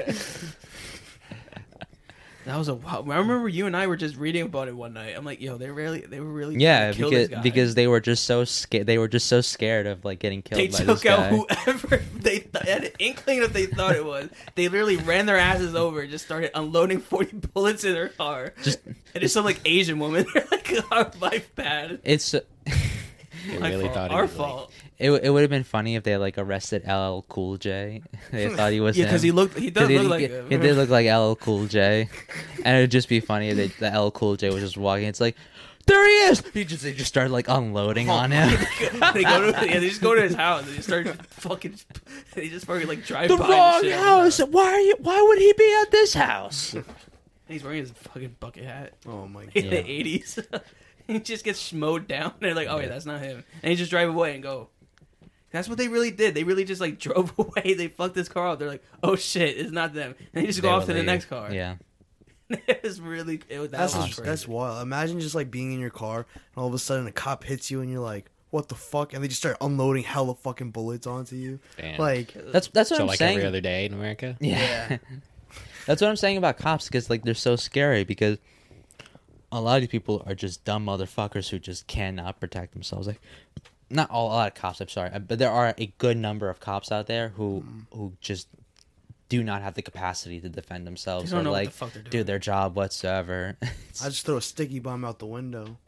Speaker 2: That was a wild. I remember you and I were just reading about it one night. I'm like, yo, they really, they were really,
Speaker 4: yeah
Speaker 2: trying to kill
Speaker 4: because
Speaker 2: this guy.
Speaker 4: because they were just so scared they were just so scared of like getting killed
Speaker 2: they
Speaker 4: by
Speaker 2: took
Speaker 4: this guy.
Speaker 2: out whoever they th- had an inkling that they thought it was. They literally ran their asses over and just started unloading 40 bullets in her car.
Speaker 4: Just-
Speaker 2: and it's some like Asian woman. They're like, our life "Oh, bad.
Speaker 4: It's
Speaker 1: They
Speaker 2: My
Speaker 1: really
Speaker 2: fault.
Speaker 1: thought it
Speaker 2: our
Speaker 1: was, like-
Speaker 2: fault.
Speaker 4: It, w- it would have been funny if they like arrested LL Cool J. they thought he was
Speaker 2: yeah, because he
Speaker 4: him.
Speaker 2: looked. He does
Speaker 4: It
Speaker 2: look
Speaker 4: did-
Speaker 2: like.
Speaker 4: it,
Speaker 2: him.
Speaker 4: it did look like LL Cool J, and it'd just be funny if they, the LL Cool J was just walking. It's like, there he is. He just they just started like unloading on
Speaker 2: Oh
Speaker 4: him.
Speaker 2: they go to. Yeah, they just go to his house. and They start fucking. They just fucking like drive
Speaker 4: the
Speaker 2: by and
Speaker 4: wrong
Speaker 2: shit.
Speaker 4: house. Why are you? Why would he be at this house?
Speaker 2: And he's wearing his fucking bucket hat
Speaker 3: Oh my god.
Speaker 2: in
Speaker 4: Yeah.
Speaker 2: the eighties. he just gets schmoed down. They're like, oh yeah, that's not him. And he just drive away and go. That's what they really did. They really just like drove away. They fucked this car up. They're like, oh shit, it's not them. And they just go
Speaker 4: They
Speaker 2: off
Speaker 4: were
Speaker 2: to the
Speaker 4: like-
Speaker 2: next car.
Speaker 4: Yeah,
Speaker 2: it was really. It was, that
Speaker 3: That's
Speaker 2: was
Speaker 3: just-
Speaker 2: crazy.
Speaker 3: that's wild. Imagine just like being in your car and all of a sudden a cop hits you and you're like, "What the fuck?" And they just start unloading hella fucking bullets onto you.
Speaker 1: Damn.
Speaker 3: Like,
Speaker 4: that's that's what
Speaker 1: so
Speaker 4: I'm
Speaker 1: like
Speaker 4: saying.
Speaker 1: every other day in America.
Speaker 4: Yeah. That's what I'm saying about cops because like they're so scary because a lot of these people are just dumb motherfuckers who just cannot protect themselves. Like not all a lot of cops, I'm sorry, uh, but there are a good number of cops out there who
Speaker 2: Hmm.
Speaker 4: who just do not have the capacity to defend themselves
Speaker 2: They don't
Speaker 4: or
Speaker 2: know what the
Speaker 4: like
Speaker 2: fuck they're
Speaker 4: do
Speaker 2: doing.
Speaker 4: their job whatsoever.
Speaker 3: I just throw a sticky bomb out the window.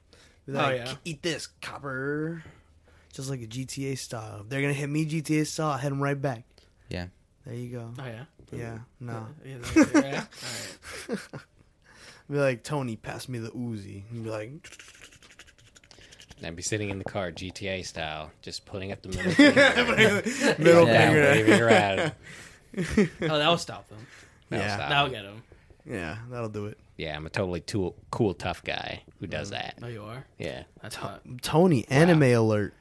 Speaker 3: Be
Speaker 2: Oh,
Speaker 3: like,
Speaker 2: yeah.
Speaker 3: Eat this, copper. Just like a GTA style. If they're gonna hit me GTA style. I hit them right back.
Speaker 4: Yeah.
Speaker 3: There you go.
Speaker 2: Oh yeah.
Speaker 3: Yeah. No.
Speaker 2: Yeah, that's- yeah. Alright.
Speaker 3: Be like Tony, pass me the Uzi. And be like,
Speaker 1: And I'd be sitting in the car GTA style, just putting up the middle finger,
Speaker 3: middle
Speaker 1: down,
Speaker 3: finger.
Speaker 1: waving around.
Speaker 2: Oh, that'll stop them.
Speaker 1: That'll
Speaker 3: Yeah.
Speaker 1: stop
Speaker 2: That'll
Speaker 1: me.
Speaker 2: get them.
Speaker 3: Yeah, that'll do it.
Speaker 1: Yeah, I'm a totally tool, cool, tough guy who
Speaker 3: Mm.
Speaker 1: does that.
Speaker 2: No, Oh, you are.
Speaker 1: Yeah.
Speaker 2: That's hot.
Speaker 3: Tony, anime alert.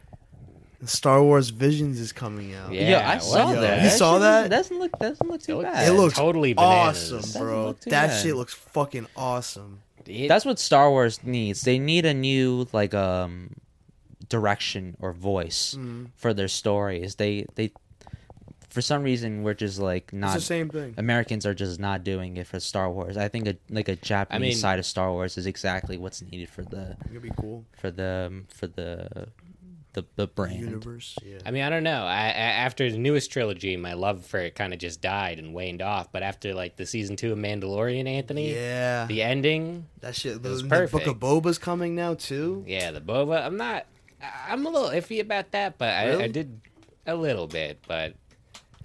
Speaker 3: Star Wars Visions is coming out.
Speaker 1: Yeah,
Speaker 4: Yo, I
Speaker 1: what
Speaker 4: saw
Speaker 1: the-
Speaker 4: that.
Speaker 3: You saw
Speaker 4: shit doesn't-
Speaker 3: that?
Speaker 4: Doesn't look doesn't look
Speaker 1: It
Speaker 4: too
Speaker 1: looks-
Speaker 4: bad.
Speaker 3: It looks
Speaker 1: Totally bananas.
Speaker 3: awesome,
Speaker 4: Doesn't
Speaker 3: bro.
Speaker 4: look too
Speaker 3: That
Speaker 4: bad.
Speaker 3: shit looks fucking awesome.
Speaker 1: It-
Speaker 4: That's what Star Wars needs. They need a new like um direction or voice
Speaker 3: Mm.
Speaker 4: for their stories. They they for some reason we're just like
Speaker 3: It's
Speaker 4: not
Speaker 3: the same thing.
Speaker 4: Americans are just not doing it for Star Wars. I think a like a Japanese
Speaker 1: mean-
Speaker 4: side of Star Wars is exactly what's needed for the
Speaker 3: It'll be cool.
Speaker 4: for the for the the, the brand.
Speaker 3: Universe. Yeah.
Speaker 1: I mean, I don't know. I, I, after the newest trilogy, my love for it kind of just died and waned off. But after like the season two of Mandalorian, Anthony,
Speaker 3: Yeah.
Speaker 1: the ending,
Speaker 3: That shit.
Speaker 1: was
Speaker 3: The, the
Speaker 1: perfect.
Speaker 3: Book of Boba's coming now too.
Speaker 1: yeah, the Boba. I'm not. I- I'm a little iffy about that, but I, I
Speaker 3: Really?
Speaker 1: did a little bit. But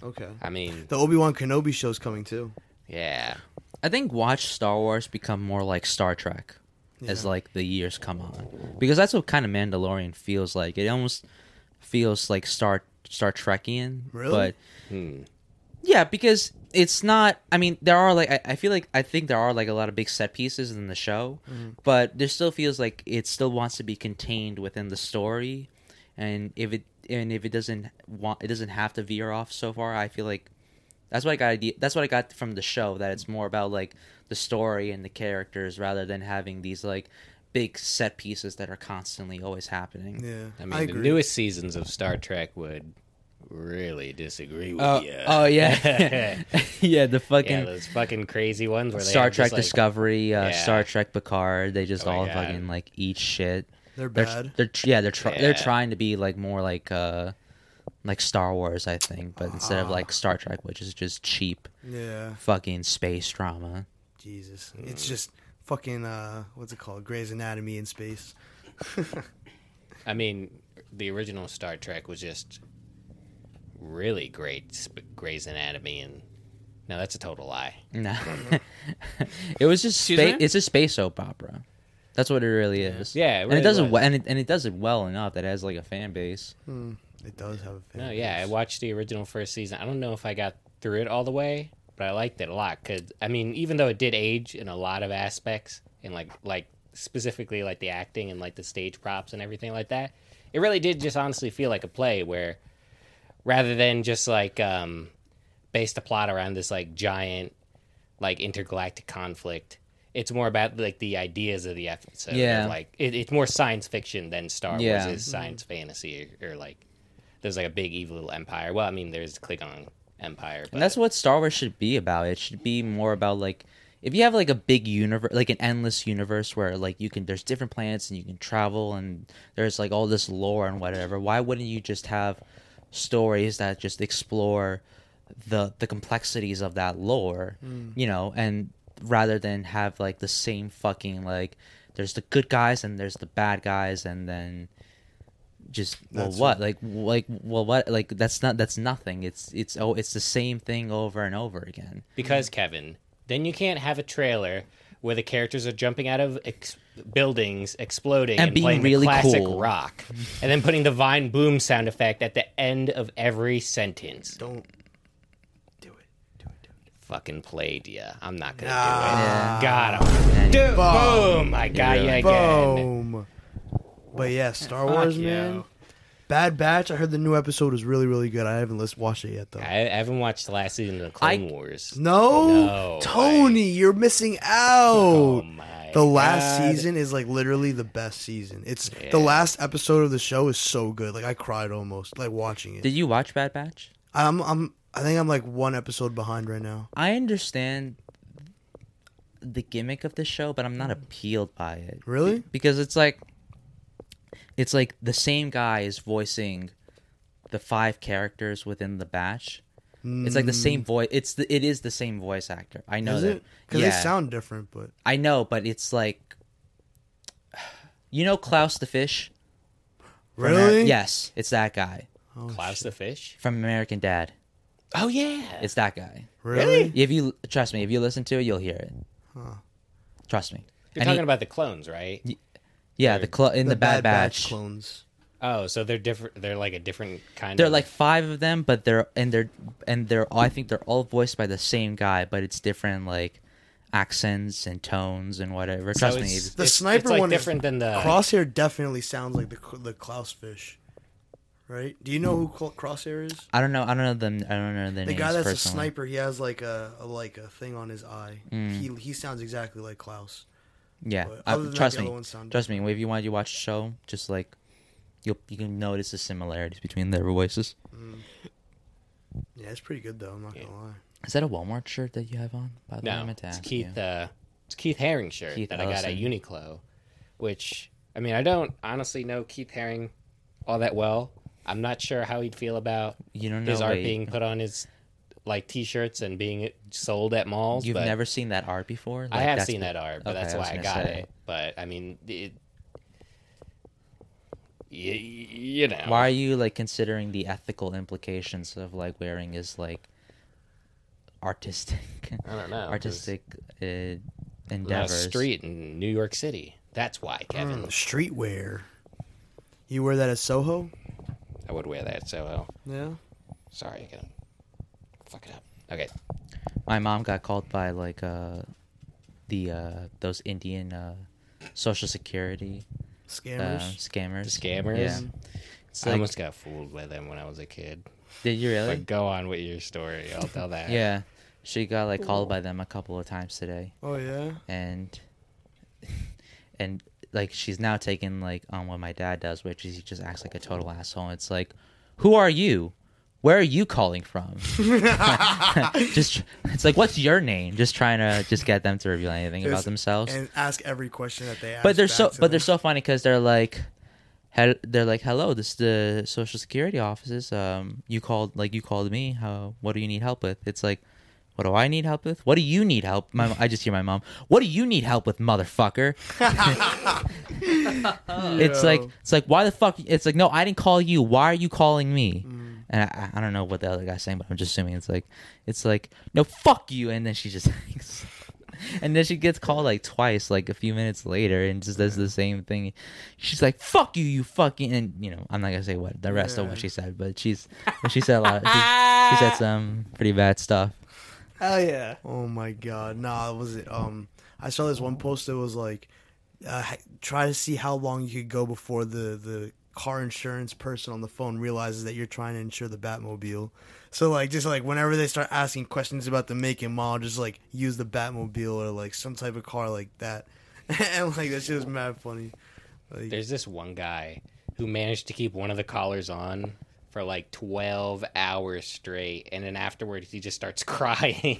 Speaker 3: Okay.
Speaker 1: I mean,
Speaker 3: The Obi Wan Kenobi show's coming too.
Speaker 1: yeah,
Speaker 4: I think watch Star Wars become more like Star Trek as
Speaker 3: Yeah.
Speaker 4: like the years come on, because that's what kind of Mandalorian feels like. It almost feels like Star Star Trekian,
Speaker 3: Really?
Speaker 4: but
Speaker 1: hmm.
Speaker 4: yeah, because it's not. I mean, there are like I, I feel like I think there are like a lot of big set pieces in the show,
Speaker 3: Mm-hmm.
Speaker 4: but there still feels like it still wants to be contained within the story, and if it and if it doesn't want it doesn't have to veer off so far. I feel like that's what I got. Idea, that's what I got from the show. That it's more about like the story and the characters rather than having these like big set pieces that are constantly always happening.
Speaker 3: Yeah.
Speaker 1: I mean,
Speaker 3: I
Speaker 1: the
Speaker 3: agree.
Speaker 1: newest seasons of Star Trek would really disagree with
Speaker 4: Uh,
Speaker 1: you.
Speaker 4: Oh yeah, yeah. The fucking
Speaker 1: yeah, those fucking crazy ones where they
Speaker 4: Star
Speaker 1: have
Speaker 4: Trek
Speaker 1: just, like,
Speaker 4: Discovery, uh,
Speaker 1: Yeah.
Speaker 4: Star Trek Picard. They just
Speaker 1: Oh my
Speaker 4: all
Speaker 1: God.
Speaker 4: fucking like eat shit.
Speaker 3: They're
Speaker 4: They're
Speaker 3: bad.
Speaker 4: they're tr- yeah they're try
Speaker 1: Yeah.
Speaker 4: they're trying to be like more like uh like Star Wars I think, but instead of
Speaker 1: Ah.
Speaker 4: like Star Trek, which is just cheap
Speaker 3: yeah.
Speaker 4: fucking space drama.
Speaker 3: Jesus. It's
Speaker 1: Mm.
Speaker 3: just fucking uh what's it called? Grey's Anatomy in space.
Speaker 1: I mean, the original Star Trek was just really great. sp- Grey's Anatomy, and no, that's a total lie.
Speaker 4: No, it was just
Speaker 2: Excuse
Speaker 4: space.
Speaker 2: me?
Speaker 4: It's a space soap opera. That's what it really is.
Speaker 1: Yeah, it
Speaker 4: and
Speaker 1: really
Speaker 4: it does it
Speaker 1: was.
Speaker 4: well, and it, and it does it well enough that it has like a fan base.
Speaker 3: It does have a fan.
Speaker 1: No, yeah, I watched the original first season. I don't know if I got through it all the way, but I liked it a lot. Cause I mean, even though it did age in a lot of aspects, and like like specifically like the acting and like the stage props and everything like that, it really did just honestly feel like a play where, rather than just like um, based the plot around this like giant like intergalactic conflict. It's more about like the ideas of the episode.
Speaker 4: Yeah.
Speaker 1: Of, like it, it's more science fiction than Star Wars
Speaker 4: Yeah.
Speaker 1: is science fantasy or, or like there's like a big evil empire. Well, I mean, there's Klingon empire, but
Speaker 4: And that's what Star Wars should be about. It should be more about like if you have like a big universe, like an endless universe where like you can there's different planets and you can travel and there's like all this lore and whatever. Why wouldn't you just have stories that just explore the the complexities of that lore, you know, and rather than have like the same fucking like there's the good guys and there's the bad guys and then just well
Speaker 3: That's
Speaker 4: what like w- like well what like that's not that's nothing it's it's oh it's the same thing over and over again
Speaker 1: because Kevin, then you can't have a trailer where the characters are jumping out of ex- buildings, exploding,
Speaker 4: And
Speaker 1: and,
Speaker 4: being
Speaker 1: playing the
Speaker 4: really
Speaker 1: classic
Speaker 4: cool.
Speaker 1: rock, and then putting the vine boom sound effect at the end of every sentence.
Speaker 3: Don't.
Speaker 2: Do it. Do it. Do it.
Speaker 1: Fucking played ya. I'm not gonna
Speaker 3: Nah.
Speaker 1: do it. Got him. Dude,
Speaker 3: Boom.
Speaker 1: boom! I got ya again.
Speaker 3: Boom. But yeah, Star
Speaker 2: Fuck
Speaker 3: Wars,
Speaker 2: you.
Speaker 3: man. Bad Batch. I heard the new episode is really, really good. I haven't list- watched it yet though.
Speaker 1: I, I haven't watched the last season of the Clone
Speaker 4: I-
Speaker 1: Wars.
Speaker 3: No,
Speaker 1: No
Speaker 3: Tony, you're missing out.
Speaker 1: Oh my!
Speaker 3: the last
Speaker 1: God.
Speaker 3: season is like literally the best season. It's
Speaker 1: Yeah.
Speaker 3: the last episode of the show is so good. Like I cried almost like watching it.
Speaker 4: did you watch bad batch
Speaker 3: I'm I'm I think I'm like one episode behind right now.
Speaker 4: i understand the gimmick of the show but i'm not appealed by it
Speaker 3: Really?
Speaker 4: because it's like it's like the same guy is voicing the five characters within the batch it's like the same voice it's the, it is the same voice actor i know
Speaker 3: Is
Speaker 4: that
Speaker 3: it? Because
Speaker 4: yeah.
Speaker 3: they sound different, but
Speaker 4: I know, but it's like you know Klaus the fish. From Amer-
Speaker 3: really,
Speaker 4: yes, it's that guy
Speaker 1: Klaus the fish.
Speaker 4: from American Dad.
Speaker 1: Oh yeah.
Speaker 4: It's that guy.
Speaker 3: really.
Speaker 4: If you trust me, if you listen to it, you'll hear it. Trust me.
Speaker 1: You're
Speaker 4: And he-
Speaker 1: talking about the clones, right?
Speaker 4: yeah, the cl- in the, Bad, Batch.
Speaker 3: clones.
Speaker 1: Oh, so they're different. They're like a different kind.
Speaker 4: They're
Speaker 1: of...
Speaker 4: like five of them, but they're and they're and they're all, I think they're all voiced by the same guy, but it's different like accents and tones and whatever.
Speaker 1: So
Speaker 4: Trust me.
Speaker 1: it's-
Speaker 4: if-
Speaker 3: The
Speaker 1: it's-
Speaker 3: sniper
Speaker 1: it's like
Speaker 3: one is
Speaker 1: different than the
Speaker 3: Crosshair definitely sounds like the the Klaus fish, right? Do you know who Cl- Crosshair is?
Speaker 4: I don't know. I don't know them. I don't know
Speaker 3: The
Speaker 4: their names
Speaker 3: guy that's a
Speaker 4: personally.
Speaker 3: sniper, he has like a, a like a thing on his eye. He
Speaker 4: Mm.
Speaker 3: he sounds exactly like Klaus.
Speaker 4: Yeah,
Speaker 3: But
Speaker 4: I-
Speaker 3: other than that,
Speaker 4: trust
Speaker 3: the
Speaker 4: me.
Speaker 3: other ones sound
Speaker 4: Trust me. If you want to watch the show, just like you'll you can notice the similarities between their voices.
Speaker 3: Yeah, it's pretty good though. I'm not gonna lie.
Speaker 4: Is that a Walmart shirt that you have on? By the way, I
Speaker 1: no.
Speaker 4: meant to
Speaker 1: It's
Speaker 4: ask
Speaker 1: Keith.
Speaker 4: you.
Speaker 1: Uh, it's Keith Haring shirt
Speaker 4: Keith
Speaker 1: that I got at
Speaker 4: Ellison.
Speaker 1: Uniqlo, which I mean I don't honestly know Keith Haring all that well. I'm not sure how he'd feel about
Speaker 4: You don't know.
Speaker 1: his art
Speaker 4: wait,
Speaker 1: being put on his like T-shirts and being sold at malls.
Speaker 4: You've
Speaker 1: but
Speaker 4: never seen that art before.
Speaker 1: I
Speaker 4: Like,
Speaker 1: have
Speaker 4: that's
Speaker 1: seen
Speaker 4: the-
Speaker 1: that art, but
Speaker 4: Okay,
Speaker 1: that's
Speaker 4: I
Speaker 1: why
Speaker 4: was
Speaker 1: I
Speaker 4: gonna
Speaker 1: got
Speaker 4: say.
Speaker 1: it. But I mean, it, y- you know,
Speaker 4: Why are you like considering the ethical implications of like wearing is like artistic,
Speaker 1: I don't know 'cause
Speaker 4: artistic uh,
Speaker 1: I'm on a
Speaker 4: endeavors?
Speaker 1: street in New York City. That's why, Kevin.
Speaker 3: Mm. Streetwear. You wear that at Soho?
Speaker 1: I would wear that. So well,
Speaker 3: Yeah.
Speaker 1: sorry, I gotta fuck it up. Okay,
Speaker 4: My mom got called by like uh, the uh, those Indian uh, social security
Speaker 3: Scammers.
Speaker 4: Um, scammers.
Speaker 1: the scammers.
Speaker 4: Yeah. It's
Speaker 1: I
Speaker 4: like,
Speaker 1: almost got fooled by them when I was a kid.
Speaker 4: did you really?
Speaker 1: But go on with your story. I'll tell that.
Speaker 4: yeah. She got like called by them a couple of times today,
Speaker 3: oh yeah.
Speaker 4: and and like she's now taking like on what my dad does, which is he just acts like a total asshole. It's like, who are you? Where are you calling from? just it's like, what's your name? Just trying to just get them to reveal anything about
Speaker 3: There's-
Speaker 4: themselves.
Speaker 3: And ask every question that they ask.
Speaker 4: but they're
Speaker 3: back to
Speaker 4: so but
Speaker 3: them.
Speaker 4: they're so funny because they're like hel- they're like hello this is the social security offices um you called like you called me how what do you need help with it's like what do I need help with? What do you need help? My, I just hear my mom. What do you need help with, motherfucker? It's like it's like why the fuck? It's like no, I didn't call you. Why are you calling me?
Speaker 3: Mm.
Speaker 4: And I, I don't know what the other guy's saying, but I'm just assuming it's like it's like no, fuck you. And then she just hangs. And then she gets called like twice, like a few minutes later, and just does the same thing. She's like, "Fuck you, you fucking," and you know, I'm not gonna say what the rest of what
Speaker 3: Yeah.
Speaker 4: she said, but she's she said a lot. She, she said some pretty bad stuff.
Speaker 2: Hell yeah.
Speaker 3: Oh my god. Nah, was it um I saw this one post that was like uh, ha- try to see how long you could go before the the car insurance person on the phone realizes that you're trying to insure the Batmobile. So like just like whenever they start asking questions about the make and model, just like use the Batmobile or like some type of car like that. and like that shit was mad funny. Like,
Speaker 1: There's this one guy who managed to keep one of the collars on for like 12 hours straight, and then afterwards he just starts crying.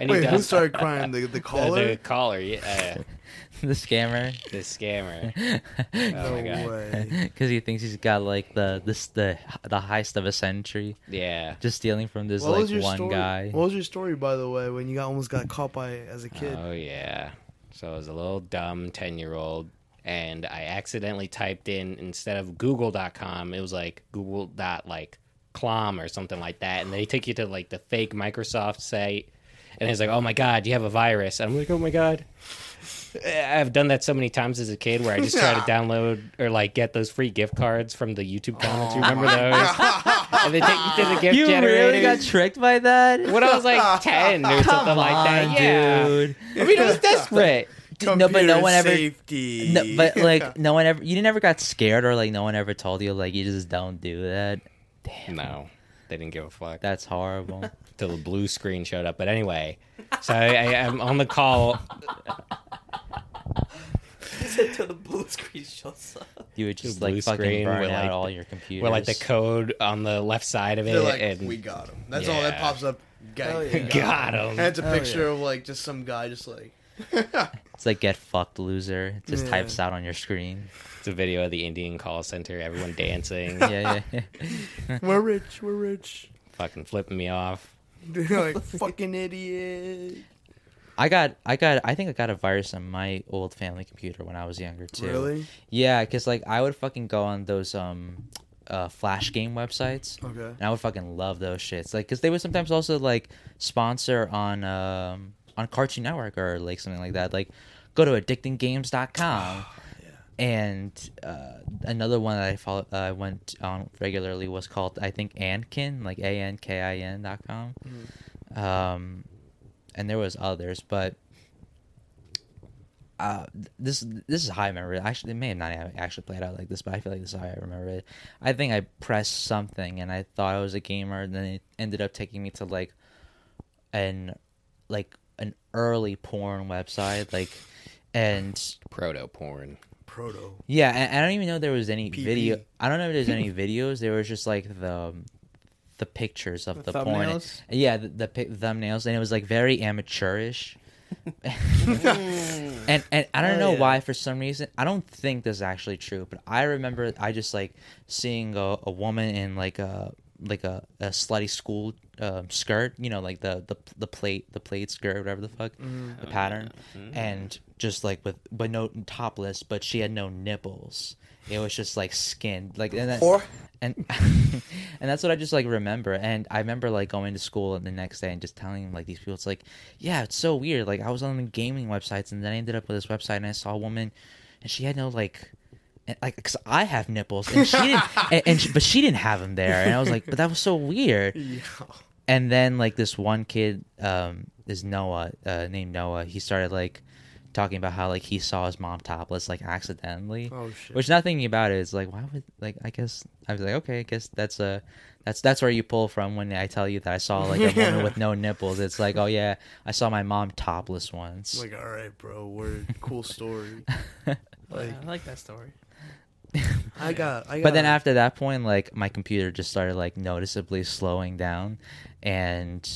Speaker 1: and
Speaker 3: wait, who started crying? The the
Speaker 1: the,
Speaker 3: caller?
Speaker 1: the collar, yeah, uh,
Speaker 4: the scammer,
Speaker 1: the scammer.
Speaker 3: no
Speaker 1: Oh my god,
Speaker 3: way.
Speaker 4: because he thinks he's got like the this the the heist of a century,
Speaker 1: yeah.
Speaker 4: just stealing from this
Speaker 3: What was your
Speaker 4: like one
Speaker 3: story?
Speaker 4: guy. Uh,
Speaker 3: What was your story by the way when you got almost got caught by as a kid?
Speaker 1: Oh yeah. So I was a little dumb ten year old and I accidentally typed in instead of google.com, it was like google dot like clom or something like that and they take you to like the fake Microsoft site and it's like, "Oh my god, you have a virus." And I'm like, "Oh my god." Eh, I've done that so many times as a kid where I just try to download or like get those free gift cards from the YouTube comments. You remember those? and they take you to the gift
Speaker 4: Oh. You
Speaker 1: generator.
Speaker 4: really got tricked by that?
Speaker 1: when I was like 10 or
Speaker 4: Come
Speaker 1: something like that.
Speaker 4: on,
Speaker 1: yeah.
Speaker 4: dude.
Speaker 1: I mean, it was desperate.
Speaker 4: D- No, but no
Speaker 3: Computer
Speaker 4: one ever.
Speaker 3: Safety.
Speaker 4: No, but like no one ever. You never got scared or like no one ever told you like you just don't do that.
Speaker 1: No, they didn't give a fuck.
Speaker 4: That's horrible.
Speaker 1: Till the blue screen showed up. But anyway, so I, I, I'm on the call.
Speaker 2: Until the blue screen shuts up.
Speaker 4: You would just
Speaker 1: blue
Speaker 4: like fucking
Speaker 1: screen
Speaker 4: burn
Speaker 1: with,
Speaker 4: out
Speaker 1: like-
Speaker 4: all your computers.
Speaker 1: Where like the code on the left side of it,
Speaker 3: They're like,
Speaker 1: and
Speaker 3: we got him. That's all that
Speaker 1: Yeah.
Speaker 3: pops up. Guy,
Speaker 2: Hell
Speaker 3: we
Speaker 2: yeah.
Speaker 1: got
Speaker 3: And it's
Speaker 1: him.
Speaker 3: a
Speaker 2: Hell
Speaker 3: picture of like just some guy just like.
Speaker 4: It's like get fucked, loser. It just
Speaker 3: Yeah.
Speaker 4: types out on your screen.
Speaker 1: It's a video of the Indian call center, everyone dancing,
Speaker 4: Yeah, yeah.
Speaker 3: we're rich. We're rich.
Speaker 1: fucking flipping me off.
Speaker 3: They're like fucking idiot.
Speaker 4: I got, I got, I think I got a virus on my old family computer when I was younger too.
Speaker 3: Really?
Speaker 4: Yeah, because like I would fucking go on those um, uh, flash game websites.
Speaker 3: Okay.
Speaker 4: and I would fucking love those shits. Like, cause they would sometimes also like sponsor on um on Cartoon Network or like something like that. Like, go to addictinggames.com. And uh, another one that I follow, uh, I went on regularly was called I think Ankin, like A N K I N dot com. Um, and there was others, but uh, this this is how I remember it. Actually, it may have not have actually played out like this, but I feel like this is how I remember it. I think I pressed something and I thought I was a gamer, and then it ended up taking me to like an like an early porn website, like and
Speaker 1: Proto porn.
Speaker 3: Proto.
Speaker 4: yeah, and I don't even know there was any
Speaker 3: PP.
Speaker 4: video. I don't know if there's any videos. There was just like the um, the pictures of the,
Speaker 2: The
Speaker 4: porn.
Speaker 2: thumbnails?
Speaker 4: Yeah, the, the pic- thumbnails, and it was like very amateurish. and and I don't
Speaker 2: Hell
Speaker 4: know
Speaker 2: Oh, yeah.
Speaker 4: why for some reason I don't think this is actually true, but I remember I just like seeing a, a woman in like a like a, a slutty school um, skirt, you know, like the the the plate the plate skirt, whatever the fuck, the pattern, and just like with but no topless, but she had no nipples. It was just like skinned, like and that,
Speaker 3: Or-
Speaker 4: and and that's what I just like remember. And I remember like going to school the next day and just telling like these people, it's like, yeah, it's so weird. Like I was on the gaming websites and then I ended up with this website and I saw a woman, and she had no like, and, like because I have nipples and she didn't, and, and she, but she didn't have them there. And I was like, but that was so weird
Speaker 3: Yeah.
Speaker 4: and then like this one kid um is noah uh named noah he started like talking about how like he saw his mom topless like accidentally
Speaker 3: Oh, shit.
Speaker 4: which not thinking about it is like why would like i guess i was like okay i guess that's a that's that's where you pull from when i tell you that i saw like a woman with no nipples it's like oh yeah i saw my mom topless once
Speaker 3: Like, all right, bro. Word. Cool story. Like,
Speaker 2: I like that story.
Speaker 3: I got. I got.
Speaker 4: but then after that point like my computer just started like noticeably slowing down and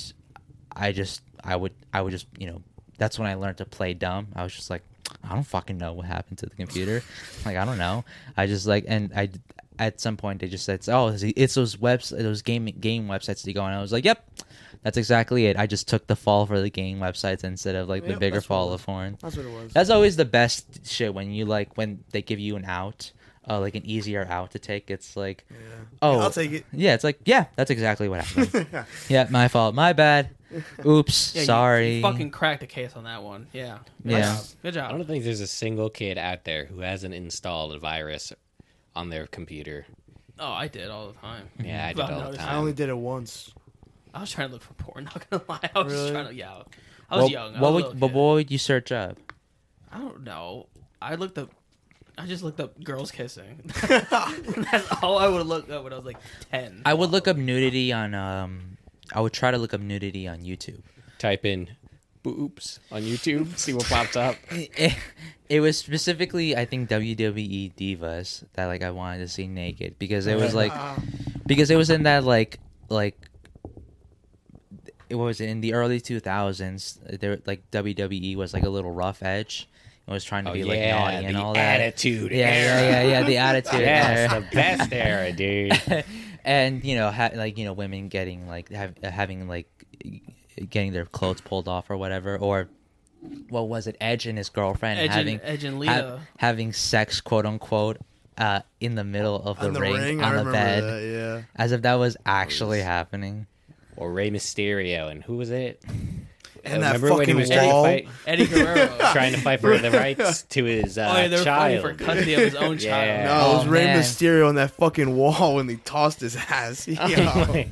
Speaker 4: i just i would i would just you know that's when i learned to play dumb i was just like i don't fucking know what happened to the computer like i don't know i just like and i at some point they just said oh it's- it's those webs those game game websites that you go on i was like yep that's exactly it i just took the fall for the game websites instead of like the
Speaker 3: Yep,
Speaker 4: bigger
Speaker 3: that's what it
Speaker 4: fall
Speaker 3: was.
Speaker 4: of porn
Speaker 3: That's what it was.
Speaker 4: that's always the best shit when you like when they give you an out, uh, like an easier out to take. It's like,
Speaker 3: yeah.
Speaker 4: oh,
Speaker 3: I'll take it.
Speaker 4: Yeah, it's like, yeah, that's exactly what happened.
Speaker 3: yeah.
Speaker 4: yeah, my fault, my bad. Oops,
Speaker 2: Yeah, you-
Speaker 4: sorry.
Speaker 2: You, fucking cracked the case on that one. Yeah. Good
Speaker 4: Yeah.
Speaker 2: job. Good
Speaker 1: I
Speaker 2: job.
Speaker 1: don't think there's a single kid out there who hasn't installed a virus on their computer.
Speaker 2: Oh, I did all the time.
Speaker 1: Yeah, I did
Speaker 2: Well,
Speaker 1: all
Speaker 2: no,
Speaker 1: the
Speaker 2: it's-
Speaker 1: time.
Speaker 3: I only did it once.
Speaker 2: I was trying to look for porn. Not gonna lie, I was just
Speaker 3: Really?
Speaker 2: trying to. Yeah, I was
Speaker 4: Well,
Speaker 2: young. I
Speaker 4: what
Speaker 2: was a
Speaker 4: would,
Speaker 2: little
Speaker 4: but
Speaker 2: kid.
Speaker 4: what would you search up?
Speaker 2: I don't know. I looked up. I just looked up girls kissing. That's all I would look up when I was like ten.
Speaker 4: I would look up nudity on um. I would try to look up nudity on YouTube.
Speaker 1: Type in "oops" on YouTube, see what pops up.
Speaker 4: It, it was specifically, I think, WWE divas that like I wanted to see naked because it was like
Speaker 3: Ah.
Speaker 4: because it was in that like like it was in the early 2000s there like WWE was like a little rough edge and was trying to
Speaker 1: Oh
Speaker 4: be
Speaker 1: yeah,
Speaker 4: like naughty and
Speaker 1: the
Speaker 4: all that
Speaker 1: attitude.
Speaker 4: yeah yeah
Speaker 1: era.
Speaker 4: yeah yeah the attitude
Speaker 1: Yes,
Speaker 4: era.
Speaker 1: the best era, dude.
Speaker 4: and you know ha- like you know women getting like have, having like getting their clothes pulled off or whatever or what was it? Edge and his girlfriend
Speaker 5: Edge and-
Speaker 4: having
Speaker 5: Edge and
Speaker 4: ha-
Speaker 5: Lita.
Speaker 4: having sex, quote unquote, uh, in the middle of the,
Speaker 3: On the
Speaker 4: ring,
Speaker 3: ring, I
Speaker 4: on the
Speaker 3: remember
Speaker 4: bed,
Speaker 3: that. Yeah.
Speaker 4: as if that was actually happening.
Speaker 1: or Rey Mysterio, and who was it?
Speaker 3: And
Speaker 1: Uh,
Speaker 3: that
Speaker 1: remember when he
Speaker 3: fucking
Speaker 1: was trying to
Speaker 3: wall.
Speaker 1: fight,
Speaker 5: Eddie Guerrero.
Speaker 1: trying to fight for the rights to his uh,
Speaker 5: oh, yeah, they were fighting
Speaker 1: child?
Speaker 5: for custody of his own
Speaker 1: Yeah.
Speaker 5: child.
Speaker 3: No, it was
Speaker 4: Oh,
Speaker 3: Rey
Speaker 4: man.
Speaker 3: Mysterio on that fucking wall when they tossed his ass.
Speaker 2: Oh,
Speaker 3: Yeah.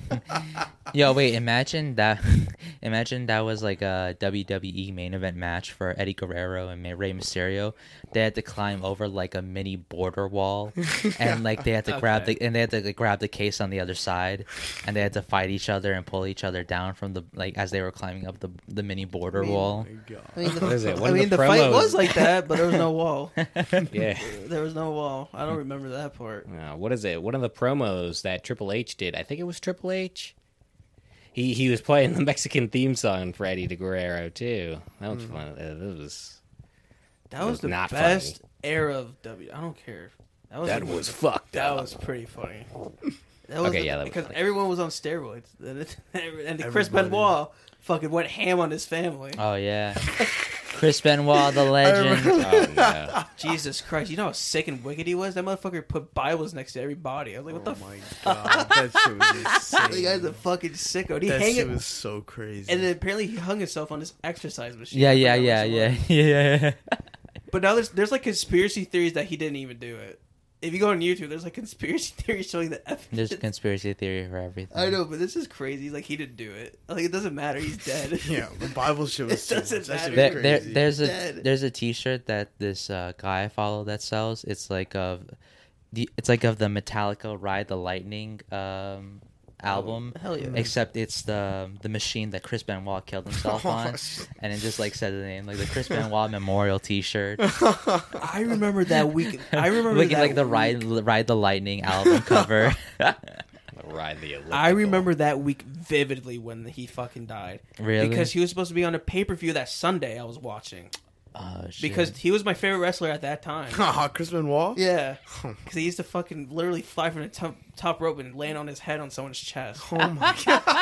Speaker 4: Yo, wait, imagine that. imagine that was like a WWE main event match for Eddie Guerrero and Ma- Rey Mysterio. They had to climb over like a mini border wall, and like they had to grab
Speaker 5: Okay.
Speaker 4: the and they had to like, grab the case on the other side, and they had to fight each other and pull each other down from the like as they were climbing up the the mini border wall.
Speaker 2: I mean, the,
Speaker 1: What is it? One
Speaker 2: I
Speaker 1: of the
Speaker 2: mean, the, fight
Speaker 1: promos-
Speaker 2: was like that, but there was no wall.
Speaker 1: yeah.
Speaker 2: there was no wall. I don't remember that part.
Speaker 1: Uh, what is it? One of the promos that Triple H did. I think it was Triple H. He he was playing the Mexican theme song for Eddie Guerrero too. That
Speaker 2: Hmm.
Speaker 1: was fun. Uh, that was
Speaker 2: That was
Speaker 1: was
Speaker 2: the
Speaker 1: not
Speaker 2: best era of W. I don't care. That was
Speaker 1: that
Speaker 2: the-
Speaker 1: was fucked
Speaker 2: that
Speaker 1: up.
Speaker 2: was pretty funny. That was
Speaker 1: Okay,
Speaker 2: the-
Speaker 1: yeah, that was
Speaker 2: because
Speaker 1: funny.
Speaker 2: everyone was on steroids, and, it- and the Chris
Speaker 3: Everybody.
Speaker 2: Benoit fucking went ham on his family.
Speaker 4: Oh yeah, Chris Benoit, the legend.
Speaker 1: oh no!
Speaker 2: Jesus Christ, you know how sick and wicked he was. That motherfucker put Bibles next to every body. I was like, what
Speaker 3: Oh
Speaker 2: the
Speaker 3: my god, that shit was
Speaker 2: fuck? The
Speaker 3: insane.
Speaker 2: guy's a fucking sicko. He
Speaker 3: that
Speaker 2: hang
Speaker 3: shit
Speaker 2: it,
Speaker 3: was so crazy.
Speaker 2: and then apparently he hung himself on this exercise machine.
Speaker 4: Yeah,
Speaker 2: I
Speaker 4: yeah,
Speaker 2: forgot
Speaker 4: yeah,
Speaker 2: which it
Speaker 4: yeah,
Speaker 2: was.
Speaker 4: yeah,
Speaker 2: But now there's there's like conspiracy theories that he didn't even do it. If you go on YouTube, there's like conspiracy theories showing the evidence.
Speaker 4: There's a conspiracy theory for everything.
Speaker 2: I know, but this is crazy. Like he didn't do it. Like it doesn't matter. He's dead.
Speaker 3: yeah, the Bible shit was
Speaker 2: It
Speaker 3: too much.
Speaker 2: doesn't
Speaker 3: That shit
Speaker 2: matter.
Speaker 4: there,
Speaker 3: was
Speaker 4: there,
Speaker 3: crazy.
Speaker 4: there's a
Speaker 2: Dead.
Speaker 4: there's a T-shirt that this uh, guy I follow that sells. It's like of the it's like of the Metallica Ride the Lightning um, album.
Speaker 2: Oh, Hell yeah.
Speaker 4: Except it's the the machine that Chris Benoit killed himself
Speaker 3: Oh,
Speaker 4: on,
Speaker 3: shit.
Speaker 4: and it just like said the name like the Chris Benoit Memorial T-shirt.
Speaker 2: I remember that week. I remember
Speaker 4: Looking
Speaker 2: that
Speaker 4: like the
Speaker 2: week-
Speaker 4: Ride Ride the Lightning album cover.
Speaker 1: Ride the elliptical.
Speaker 2: I remember that week vividly when he fucking died.
Speaker 4: Really?
Speaker 2: Because he was supposed to be on a pay per view that Sunday. I was watching
Speaker 4: oh, shit.
Speaker 2: because he was my favorite wrestler at that time.
Speaker 3: Ah, Chris Benoit?
Speaker 2: Yeah, because he used to fucking literally fly from the top, top rope and land on his head on someone's chest.
Speaker 3: Oh my god.
Speaker 1: Oh,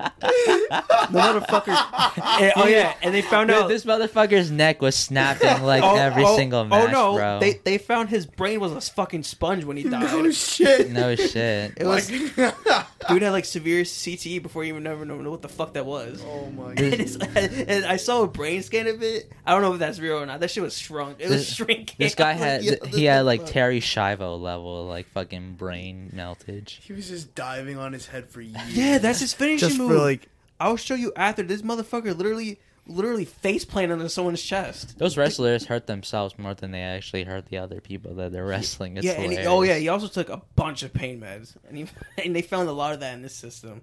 Speaker 1: my
Speaker 2: The motherfucker. And- oh yeah, and they found
Speaker 4: Dude,
Speaker 2: out
Speaker 4: this motherfucker's neck was snapping like
Speaker 2: Oh,
Speaker 4: every
Speaker 2: oh,
Speaker 4: single match,
Speaker 2: Oh no,
Speaker 4: bro.
Speaker 2: they they found his brain was a fucking sponge when he died.
Speaker 3: Oh shit.
Speaker 4: No shit.
Speaker 2: it was
Speaker 3: Like-
Speaker 2: dude had like severe CTE before he even never know what the fuck that was.
Speaker 3: oh my
Speaker 2: And, it's- and I saw a brain scan of it. I don't know if that's real or not. That shit was shrunk. It was
Speaker 4: This-
Speaker 2: shrinking.
Speaker 4: This guy
Speaker 2: I was like,
Speaker 4: had
Speaker 2: "Yo,
Speaker 4: th-
Speaker 2: this
Speaker 4: he had
Speaker 2: is
Speaker 4: like
Speaker 2: fucked."
Speaker 4: Terry Shivo level like fucking brain meltage.
Speaker 3: He was just diving on his head for years.
Speaker 2: Yeah, that's his finishing
Speaker 3: just
Speaker 2: move.
Speaker 3: for like
Speaker 2: I'll show you after. This motherfucker literally, literally face planted onto someone's chest.
Speaker 4: Those wrestlers hurt themselves more than they actually hurt the other people that they're wrestling. It's
Speaker 2: yeah, and he-
Speaker 4: hilarious.
Speaker 2: oh yeah, he also took a bunch of pain meds, and he and they found a lot of that in this system.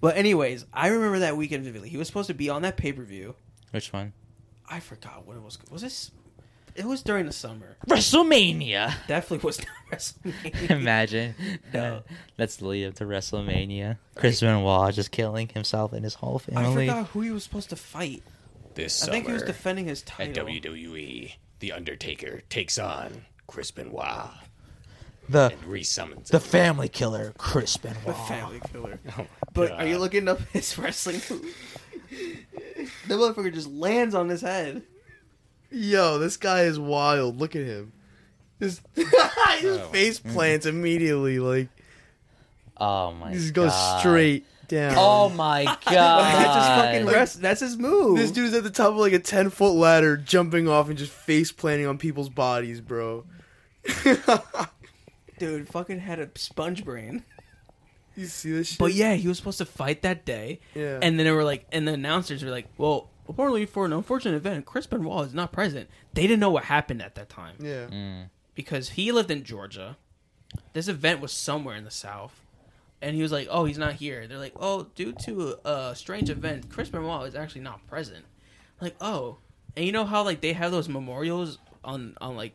Speaker 2: But anyways, I remember that weekend vividly. He was supposed to be on that pay per view.
Speaker 4: Which one?
Speaker 2: I forgot what it was. Was this? It was during the summer.
Speaker 4: WrestleMania.
Speaker 2: Definitely was not WrestleMania.
Speaker 4: Imagine.
Speaker 2: No.
Speaker 4: That's the lead up to WrestleMania. Chris Benoit just killing himself and his whole
Speaker 2: I
Speaker 4: family.
Speaker 2: forgot who he was supposed to fight.
Speaker 1: god! This
Speaker 2: I
Speaker 1: summer
Speaker 2: think he was defending his
Speaker 1: at
Speaker 2: title.
Speaker 1: WWE, The Undertaker takes on Chris Benoit
Speaker 4: The
Speaker 1: and resummons
Speaker 4: the
Speaker 1: him.
Speaker 4: family killer, Chris Benoit.
Speaker 2: The family killer. but are you
Speaker 1: God.
Speaker 2: looking up his wrestling move? the motherfucker just lands on his head.
Speaker 3: Yo, this guy is wild. Look at him. His, his face plants immediately. Like
Speaker 4: Oh my
Speaker 3: he just
Speaker 4: god.
Speaker 3: goes straight down.
Speaker 4: Oh my
Speaker 1: Uh,
Speaker 2: That's
Speaker 4: god.
Speaker 2: his fucking rest. That's his move.
Speaker 3: This dude's at the top of like a ten foot ladder, jumping off and just face planting on people's bodies, bro.
Speaker 2: dude fucking had a sponge brain.
Speaker 3: you see this shit?
Speaker 5: But yeah, he was supposed to fight that day.
Speaker 3: Yeah.
Speaker 5: And then they were like, and the announcers were like, well, apparently for an unfortunate event, Chris Benoit is not present. They didn't know what happened at that time
Speaker 3: yeah.
Speaker 5: because he lived in Georgia. This event was somewhere in the South. And he was like, oh, he's not here. They're like, oh, due to a strange event, Chris Benoit is actually not present. Like, oh. And you know how, like, they have those memorials on, on like,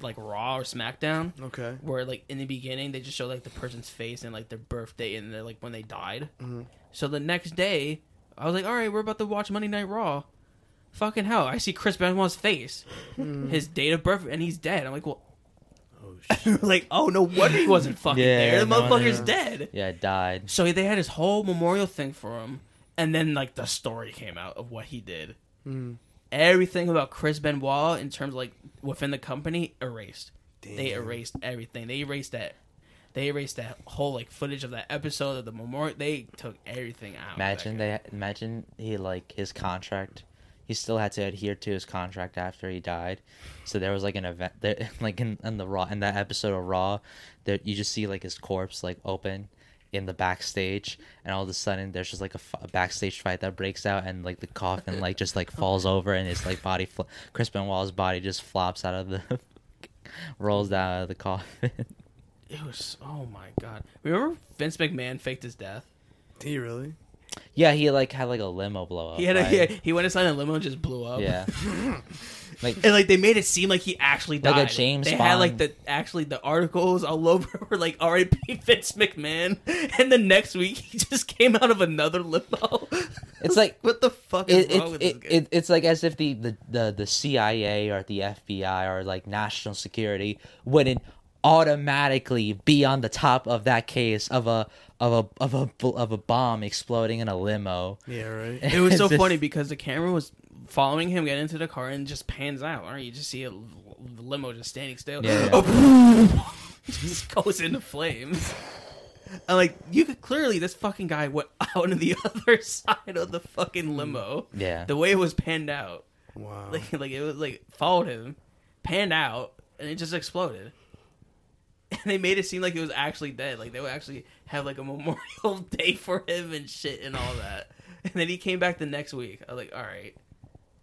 Speaker 5: like Raw or SmackDown?
Speaker 3: Okay.
Speaker 5: where like in the beginning they just show like the person's face and like their birthday and they're like when they died.
Speaker 3: Mm-hmm.
Speaker 5: So the next day, I was like, all right, we're about to watch Monday Night Raw. Fucking hell! I see Chris Benoit's face, his date of birth, and he's dead. I'm like, well,
Speaker 3: Mm. Oh shit.
Speaker 5: like, oh no wonder he wasn't fucking
Speaker 4: Yeah,
Speaker 5: there. The
Speaker 4: no
Speaker 5: motherfucker's
Speaker 4: wonder.
Speaker 5: dead.
Speaker 4: Yeah, it died.
Speaker 5: So they had his whole memorial thing for him,
Speaker 2: and then like the story came out of what he did. Everything about Chris Benoit in terms of, like within the company erased. They
Speaker 3: Damn.
Speaker 2: erased everything. They erased that. They erased that whole like footage of that episode of the memorial. They took everything out. of that
Speaker 4: Imagine
Speaker 2: guy.
Speaker 4: they imagine he like his contract. He still had to adhere to his contract after he died. So there was like an event there, like in, in the raw in that episode of Raw, that you just see like his corpse like open in the backstage and all of a sudden there's just like a, f- a backstage fight that breaks out and like the coffin like just like falls over and his like body fl- Chris Benoit's body just flops out of the rolls down out of the coffin.
Speaker 2: It was oh my god. Remember Vince McMahon faked his death.
Speaker 3: Did he really?
Speaker 4: yeah, he like had like a limo blow up.
Speaker 2: He had a,
Speaker 4: right?
Speaker 2: he, he went inside a limo and just blew up.
Speaker 4: yeah. like
Speaker 2: And like they made it seem like he actually died.
Speaker 4: Like a James
Speaker 2: they had like
Speaker 4: Bond.
Speaker 2: the actually the articles all over were like R.I.P. Vince McMahon, and the next week he just came out of another limo.
Speaker 4: it's like
Speaker 2: what the fuck is
Speaker 4: it,
Speaker 2: wrong
Speaker 4: it,
Speaker 2: with
Speaker 4: it,
Speaker 2: this guy?
Speaker 4: it, it's like as if the, the, the, the CIA or the FBI or like national security wouldn't automatically be on the top of that case of a of a of a bl- of a bomb exploding in a limo.
Speaker 3: Yeah, right.
Speaker 2: It was so
Speaker 4: It's just-
Speaker 2: funny because the camera was following him get into the car and just pans out. Or you just see a l- limo just standing still.
Speaker 4: Yeah,
Speaker 2: just goes into flames. And like you could clearly this fucking guy went out on the other side of the fucking limo.
Speaker 4: Yeah.
Speaker 2: The way it was panned out.
Speaker 3: Wow.
Speaker 2: Like like it was like followed him, panned out, and it just exploded. And they made it seem like he was actually dead. Like they would actually have like a memorial day for him and shit and all that. And then he came back the next week. I was like, all right,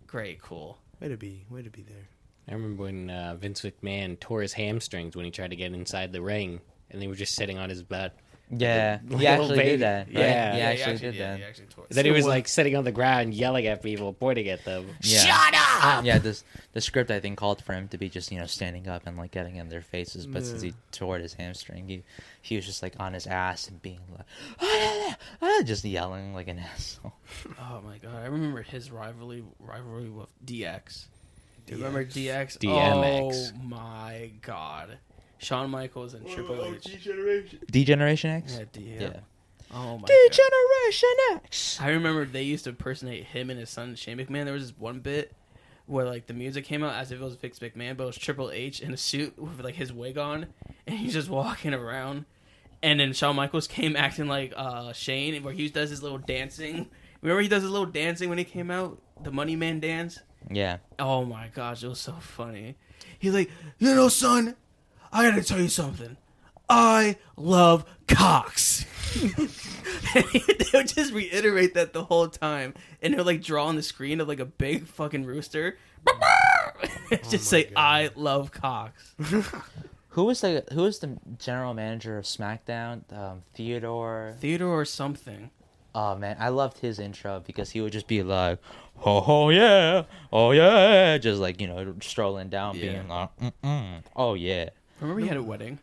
Speaker 2: great, cool.
Speaker 3: Way to be. Way to be there.
Speaker 1: I remember when uh, Vince McMahon tore his hamstrings when he tried to get inside the ring, and they were just sitting on his butt.
Speaker 4: Yeah, he
Speaker 1: Little
Speaker 4: actually
Speaker 1: baby.
Speaker 4: did that. right?
Speaker 1: Yeah.
Speaker 4: he
Speaker 1: Yeah,
Speaker 4: actually did
Speaker 2: yeah,
Speaker 4: that.
Speaker 2: he actually tore it.
Speaker 1: Then he
Speaker 3: So
Speaker 1: was
Speaker 3: what-
Speaker 1: like sitting on the ground, yelling at people, pointing at them.
Speaker 4: Yeah.
Speaker 1: Shut up!
Speaker 4: Yeah, this the script I think called for him to be just you know standing up and like getting in their faces, but since he tore his hamstring, he he was just like on his ass and being like, "Ah, just yelling like an asshole.
Speaker 2: Oh my god, I remember his rivalry rivalry with DX. Do you remember DX?
Speaker 1: DMX.
Speaker 2: Oh my god. Shawn Michaels and Triple H.
Speaker 4: Degeneration X.
Speaker 2: Yeah, D-
Speaker 4: Yeah.
Speaker 2: Oh my god.
Speaker 4: Degeneration X.
Speaker 2: I remember they used to impersonate him and his son Shane McMahon. There was this one bit where like the music came out as if it was Vince McMahon, but it was Triple H in a suit with like his wig on, and he's just walking around. And then Shawn Michaels came acting like uh, Shane, where he does his little dancing. Remember he does his little dancing when he came out, the Money Man dance.
Speaker 4: Yeah.
Speaker 2: Oh my gosh, it was so funny. He's like, you know, son, I gotta tell you something. I love cocks. they would just reiterate that the whole time, and they'll like draw on the screen of like a big fucking rooster. just say, I love cocks.
Speaker 4: Who was the Who was the general manager of SmackDown? Um, Theodore.
Speaker 2: Theodore or something.
Speaker 4: Oh man, I loved his intro because he would just be like, "Oh, oh yeah, oh yeah," just like you know strolling down, being like, Mm-mm. "Oh yeah."
Speaker 2: Remember he had a wedding.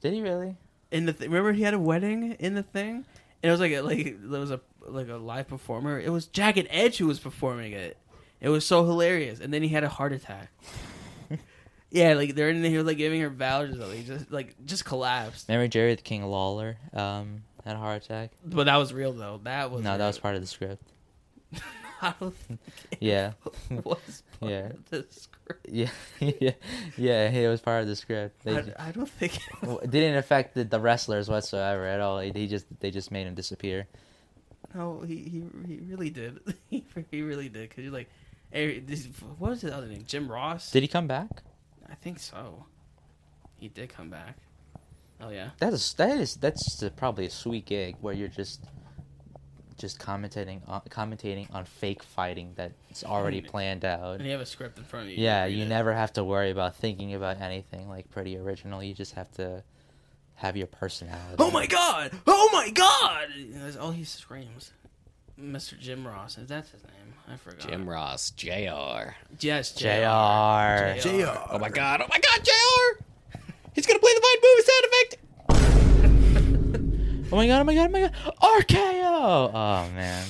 Speaker 4: Did he really?
Speaker 2: in the th- remember he had a wedding in the thing, and it was like a, like there was a like a live performer. It was Jagged Edge who was performing it. It was so hilarious, and then he had a heart attack. yeah, like they're in there, he was like giving her vows or something. He just like just collapsed.
Speaker 4: Remember Jerry the King Lawler um, had a heart attack?
Speaker 2: But that was real though. That was
Speaker 4: No, that was part of the script.
Speaker 2: I don't think
Speaker 4: Yeah,
Speaker 2: it was part
Speaker 4: Yeah.
Speaker 2: of the script.
Speaker 4: yeah, yeah, yeah. It was part of the script. They, ju-
Speaker 2: I, I don't think it was,
Speaker 4: w- didn't affect the, the wrestlers whatsoever at all. They just they just made him disappear.
Speaker 2: no. He he he really did. he, he really did because you're like, eh, this- what was his other name? Jim Ross.
Speaker 4: Did he come back?
Speaker 2: I think so. He did come back. Oh yeah.
Speaker 4: That's that is that's a, probably a sweet gig where you're just just commentating on commentating on fake fighting that's already planned out.
Speaker 2: And you have a script in front of you.
Speaker 4: Yeah,
Speaker 2: read
Speaker 4: you
Speaker 2: it.
Speaker 4: never have to worry about thinking about anything like pretty original. You just have to have your personality.
Speaker 2: Oh my god! Oh my god! That's all he screams. Mr. Jim Ross. Is that his name? I forgot.
Speaker 1: Jim Ross, JR.
Speaker 2: Yes, JR.
Speaker 4: JR.
Speaker 2: JR.
Speaker 1: Oh my god, oh my god, JR! He's gonna play the Mind Movie sound effect!
Speaker 4: Oh my god, oh my god, oh my god. RKO. Oh man.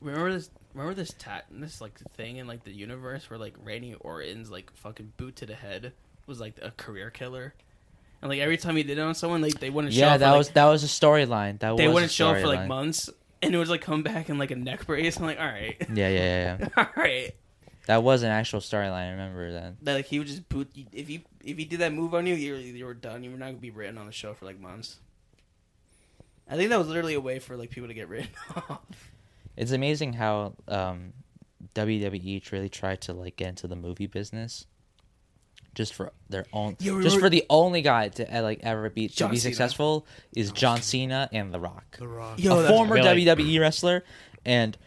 Speaker 2: Remember this? Remember this tat? This like thing in like the universe where like Randy Orton's like fucking boot to the head was like a career killer, and like every time he did it on someone, like they wouldn't show.
Speaker 4: Yeah,
Speaker 2: up for,
Speaker 4: that
Speaker 2: like,
Speaker 4: was that was a storyline. That
Speaker 2: they
Speaker 4: was
Speaker 2: wouldn't
Speaker 4: a
Speaker 2: show up for like
Speaker 4: storyline.
Speaker 2: months and it was like come back in like a neck brace. I'm like, all right,
Speaker 4: Yeah, yeah, yeah. yeah.
Speaker 2: all right.
Speaker 4: That was an actual storyline. I remember that.
Speaker 2: That like he would just boot you- if you if he did that move on you, you were- you were done. You were not gonna be written on the show for like months. I think that was literally a way for like people to get written off.
Speaker 4: It's amazing how um, WWE really tried to like get into the movie business, just for their own,
Speaker 2: Yeah,
Speaker 4: just
Speaker 2: remember-
Speaker 4: for the only guy to uh, like ever be to
Speaker 2: John
Speaker 4: be
Speaker 2: Cena.
Speaker 4: successful is John Cena and The Rock,
Speaker 3: The Rock.
Speaker 2: Yo,
Speaker 4: a
Speaker 2: that's-
Speaker 4: former
Speaker 1: I feel like-
Speaker 4: WWE wrestler and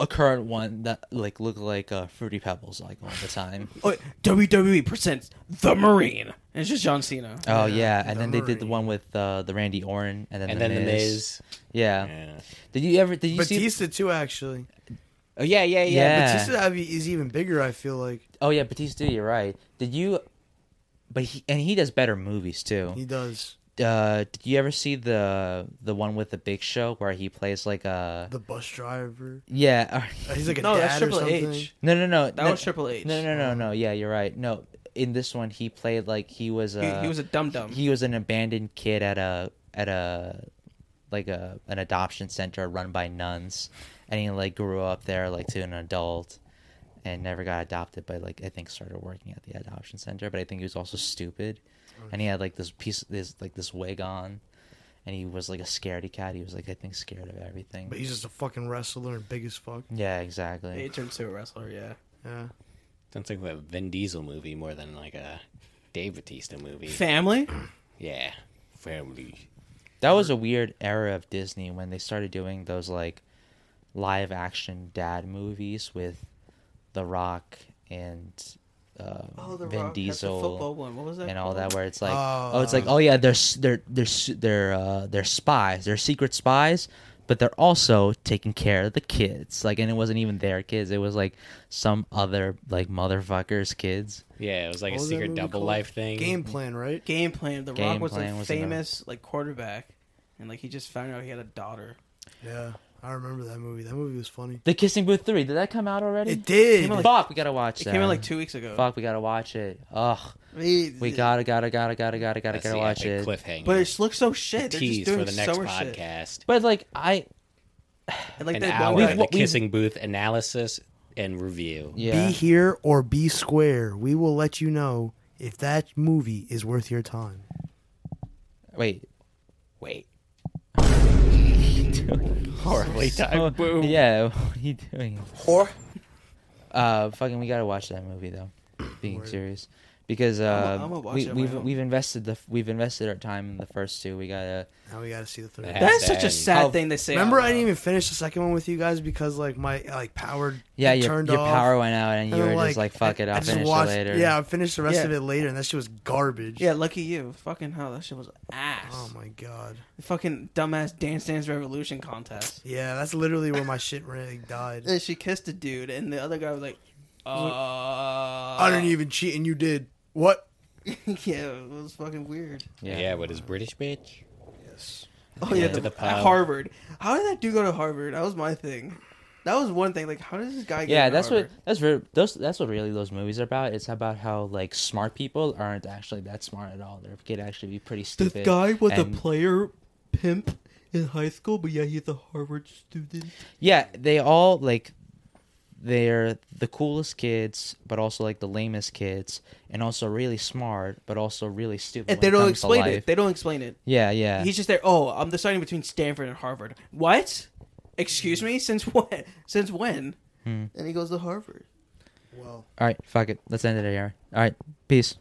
Speaker 4: a current one that like look like uh, fruity pebbles like all the time.
Speaker 2: Oh, WWE presents The Marine. And it's just John Cena.
Speaker 4: oh yeah, and
Speaker 3: The
Speaker 4: then they did the
Speaker 3: Marine.
Speaker 4: one with uh, the Randy Orton and then
Speaker 1: and
Speaker 4: the
Speaker 1: then the
Speaker 4: Miz.
Speaker 1: Miz.
Speaker 4: Yeah.
Speaker 1: Yeah.
Speaker 4: Did you ever? Did you see?
Speaker 3: Batista too, actually.
Speaker 1: Oh yeah, yeah, yeah.
Speaker 4: Yeah.
Speaker 3: Batista I mean, is even bigger. I feel like
Speaker 4: Oh yeah, Batista. You're right. Did you? But he and he does better movies too.
Speaker 3: he does
Speaker 4: Uh, did you ever see the the one with the Big Show where he plays like a
Speaker 3: the bus driver.
Speaker 4: yeah? uh,
Speaker 3: He's like a
Speaker 2: No,
Speaker 3: dad
Speaker 2: that's
Speaker 3: or
Speaker 2: Triple
Speaker 3: something.
Speaker 2: H.
Speaker 4: no, no, no.
Speaker 2: That
Speaker 4: no,
Speaker 2: was Triple H.
Speaker 4: No, no, no, no. Yeah, you're right. No, in this one he played like he was
Speaker 2: He,
Speaker 4: a
Speaker 2: he was a dum dum.
Speaker 4: he was an abandoned kid at a at a like a an adoption center run by nuns, and he like grew up there like to an adult, and never got adopted. But like I think started working at the adoption center. But I think he was also stupid, and he had like this piece this like this wig on, and he was like a scaredy cat. He was like I think scared of everything.
Speaker 3: But he's just a fucking wrestler and big as fuck.
Speaker 4: yeah,
Speaker 2: He
Speaker 4: exactly.
Speaker 2: turned into a wrestler, yeah.
Speaker 3: Yeah.
Speaker 1: Sounds like a Vin Diesel movie more than like a Dave Batista movie.
Speaker 2: Family?
Speaker 1: yeah, family.
Speaker 4: That was a weird era of Disney when they started doing those like live action dad movies with The Rock and uh,
Speaker 2: Oh,
Speaker 4: Vin
Speaker 2: football
Speaker 4: Diesel
Speaker 2: one. What was that?
Speaker 4: and all that, where it's like,
Speaker 2: Ah.
Speaker 3: Oh,
Speaker 4: oh, it's like,
Speaker 3: um,
Speaker 4: oh yeah, they're s- they're they're s- they're uh, they're spies, they're secret spies, but they're also taking care of the kids. Like, and it wasn't even their kids; it was like some other like motherfuckers' kids.
Speaker 1: Yeah, it was like
Speaker 3: What
Speaker 1: a
Speaker 3: was that
Speaker 1: secret
Speaker 3: movie
Speaker 1: double
Speaker 3: called?
Speaker 1: life thing.
Speaker 3: Game plan, right?
Speaker 2: Game plan. The
Speaker 4: Game
Speaker 2: Rock was
Speaker 4: Plan
Speaker 2: like
Speaker 4: was another-
Speaker 2: famous like quarterback. And like he just found out he had a daughter.
Speaker 3: Yeah. I remember that movie. That movie was funny.
Speaker 4: The Kissing Booth three did that come out already?
Speaker 3: It did.
Speaker 2: Came out
Speaker 4: Fuck, we gotta watch
Speaker 2: It
Speaker 4: that.
Speaker 2: came out like two weeks ago.
Speaker 4: Fuck, we gotta watch it. Ugh.
Speaker 2: We,
Speaker 4: We gotta, gotta, gotta, gotta, gotta, gotta,
Speaker 1: That's
Speaker 4: gotta
Speaker 1: the
Speaker 4: watch
Speaker 1: epic
Speaker 4: it.
Speaker 1: cliffhanger.
Speaker 2: But it looks so shit. They're just
Speaker 1: tease
Speaker 2: doing
Speaker 1: for the next
Speaker 2: summer shit.
Speaker 1: podcast.
Speaker 4: But like, I
Speaker 2: And, like
Speaker 1: An
Speaker 2: that
Speaker 1: hour
Speaker 2: one
Speaker 1: of
Speaker 2: guy-
Speaker 1: the
Speaker 4: we've-
Speaker 1: kissing booth analysis and review.
Speaker 4: yeah,
Speaker 3: Be here or be square. We will let you know if that movie is worth your time.
Speaker 4: wait,
Speaker 1: Wait,
Speaker 4: horribly
Speaker 1: timed. Boom.
Speaker 4: Yeah, what are you doing? Whore. Uh, fucking, we gotta watch that movie though. Being serious, because uh,
Speaker 2: I'ma- I'ma watch
Speaker 4: we,
Speaker 2: it on my
Speaker 4: we've
Speaker 2: own.
Speaker 4: we've invested the we've invested our time in the first two. We gotta.
Speaker 3: Now we got to see the third.
Speaker 1: That
Speaker 3: one.
Speaker 2: That's such a
Speaker 1: Hashtag-
Speaker 2: sad
Speaker 4: Oh,
Speaker 2: thing to say.
Speaker 3: Remember,
Speaker 2: out
Speaker 3: I didn't
Speaker 2: loud.
Speaker 3: even finish the second one with you guys because like my like power
Speaker 4: Yeah, your,
Speaker 3: turned
Speaker 4: your
Speaker 3: off.
Speaker 4: power went out, and you
Speaker 3: And
Speaker 4: were
Speaker 3: then,
Speaker 4: just like, "Fuck it,
Speaker 3: I- I
Speaker 4: I'll
Speaker 3: just
Speaker 4: finish
Speaker 3: watched-
Speaker 4: it later."
Speaker 3: Yeah, I finished the rest
Speaker 2: Yeah.
Speaker 3: of it later, and that shit was garbage.
Speaker 2: Yeah, lucky you. Fucking hell, that shit was ass.
Speaker 3: Oh my god.
Speaker 2: Fucking dumbass Dance Dance Revolution contest.
Speaker 3: Yeah, that's literally where my shit really died.
Speaker 2: And she kissed a dude, and the other guy was like, uh,
Speaker 6: Oh.
Speaker 3: I didn't even cheat, and you did. What?
Speaker 2: yeah, it was fucking weird.
Speaker 1: Yeah, what is British bitch?
Speaker 3: Yes.
Speaker 2: Oh yeah,
Speaker 1: Went to the
Speaker 2: the,
Speaker 1: pub.
Speaker 2: Harvard. How did that dude go to Harvard? That was my thing. That was one thing. Like, how does this guy? Go
Speaker 4: yeah
Speaker 2: to
Speaker 4: that's what
Speaker 2: Harvard?
Speaker 4: that's re- those that's what really those movies are about it's about how like smart people aren't actually that smart at all they could actually be pretty stupid
Speaker 6: This guy was
Speaker 4: and-
Speaker 6: a player pimp in high school, but yeah, he's a Harvard student.
Speaker 4: yeah they all like they're the coolest kids but also like the lamest kids and also really smart but also really stupid
Speaker 2: And
Speaker 4: when
Speaker 2: they
Speaker 4: it
Speaker 2: don't
Speaker 4: comes to
Speaker 2: explain
Speaker 4: life.
Speaker 2: it. They don't explain it.
Speaker 4: yeah yeah
Speaker 2: He's just there. Oh, I'm deciding between Stanford and Harvard. What? Excuse me. Since when? Since when? And he goes to Harvard.
Speaker 3: Well.
Speaker 4: all right fuck it let's end it here all right peace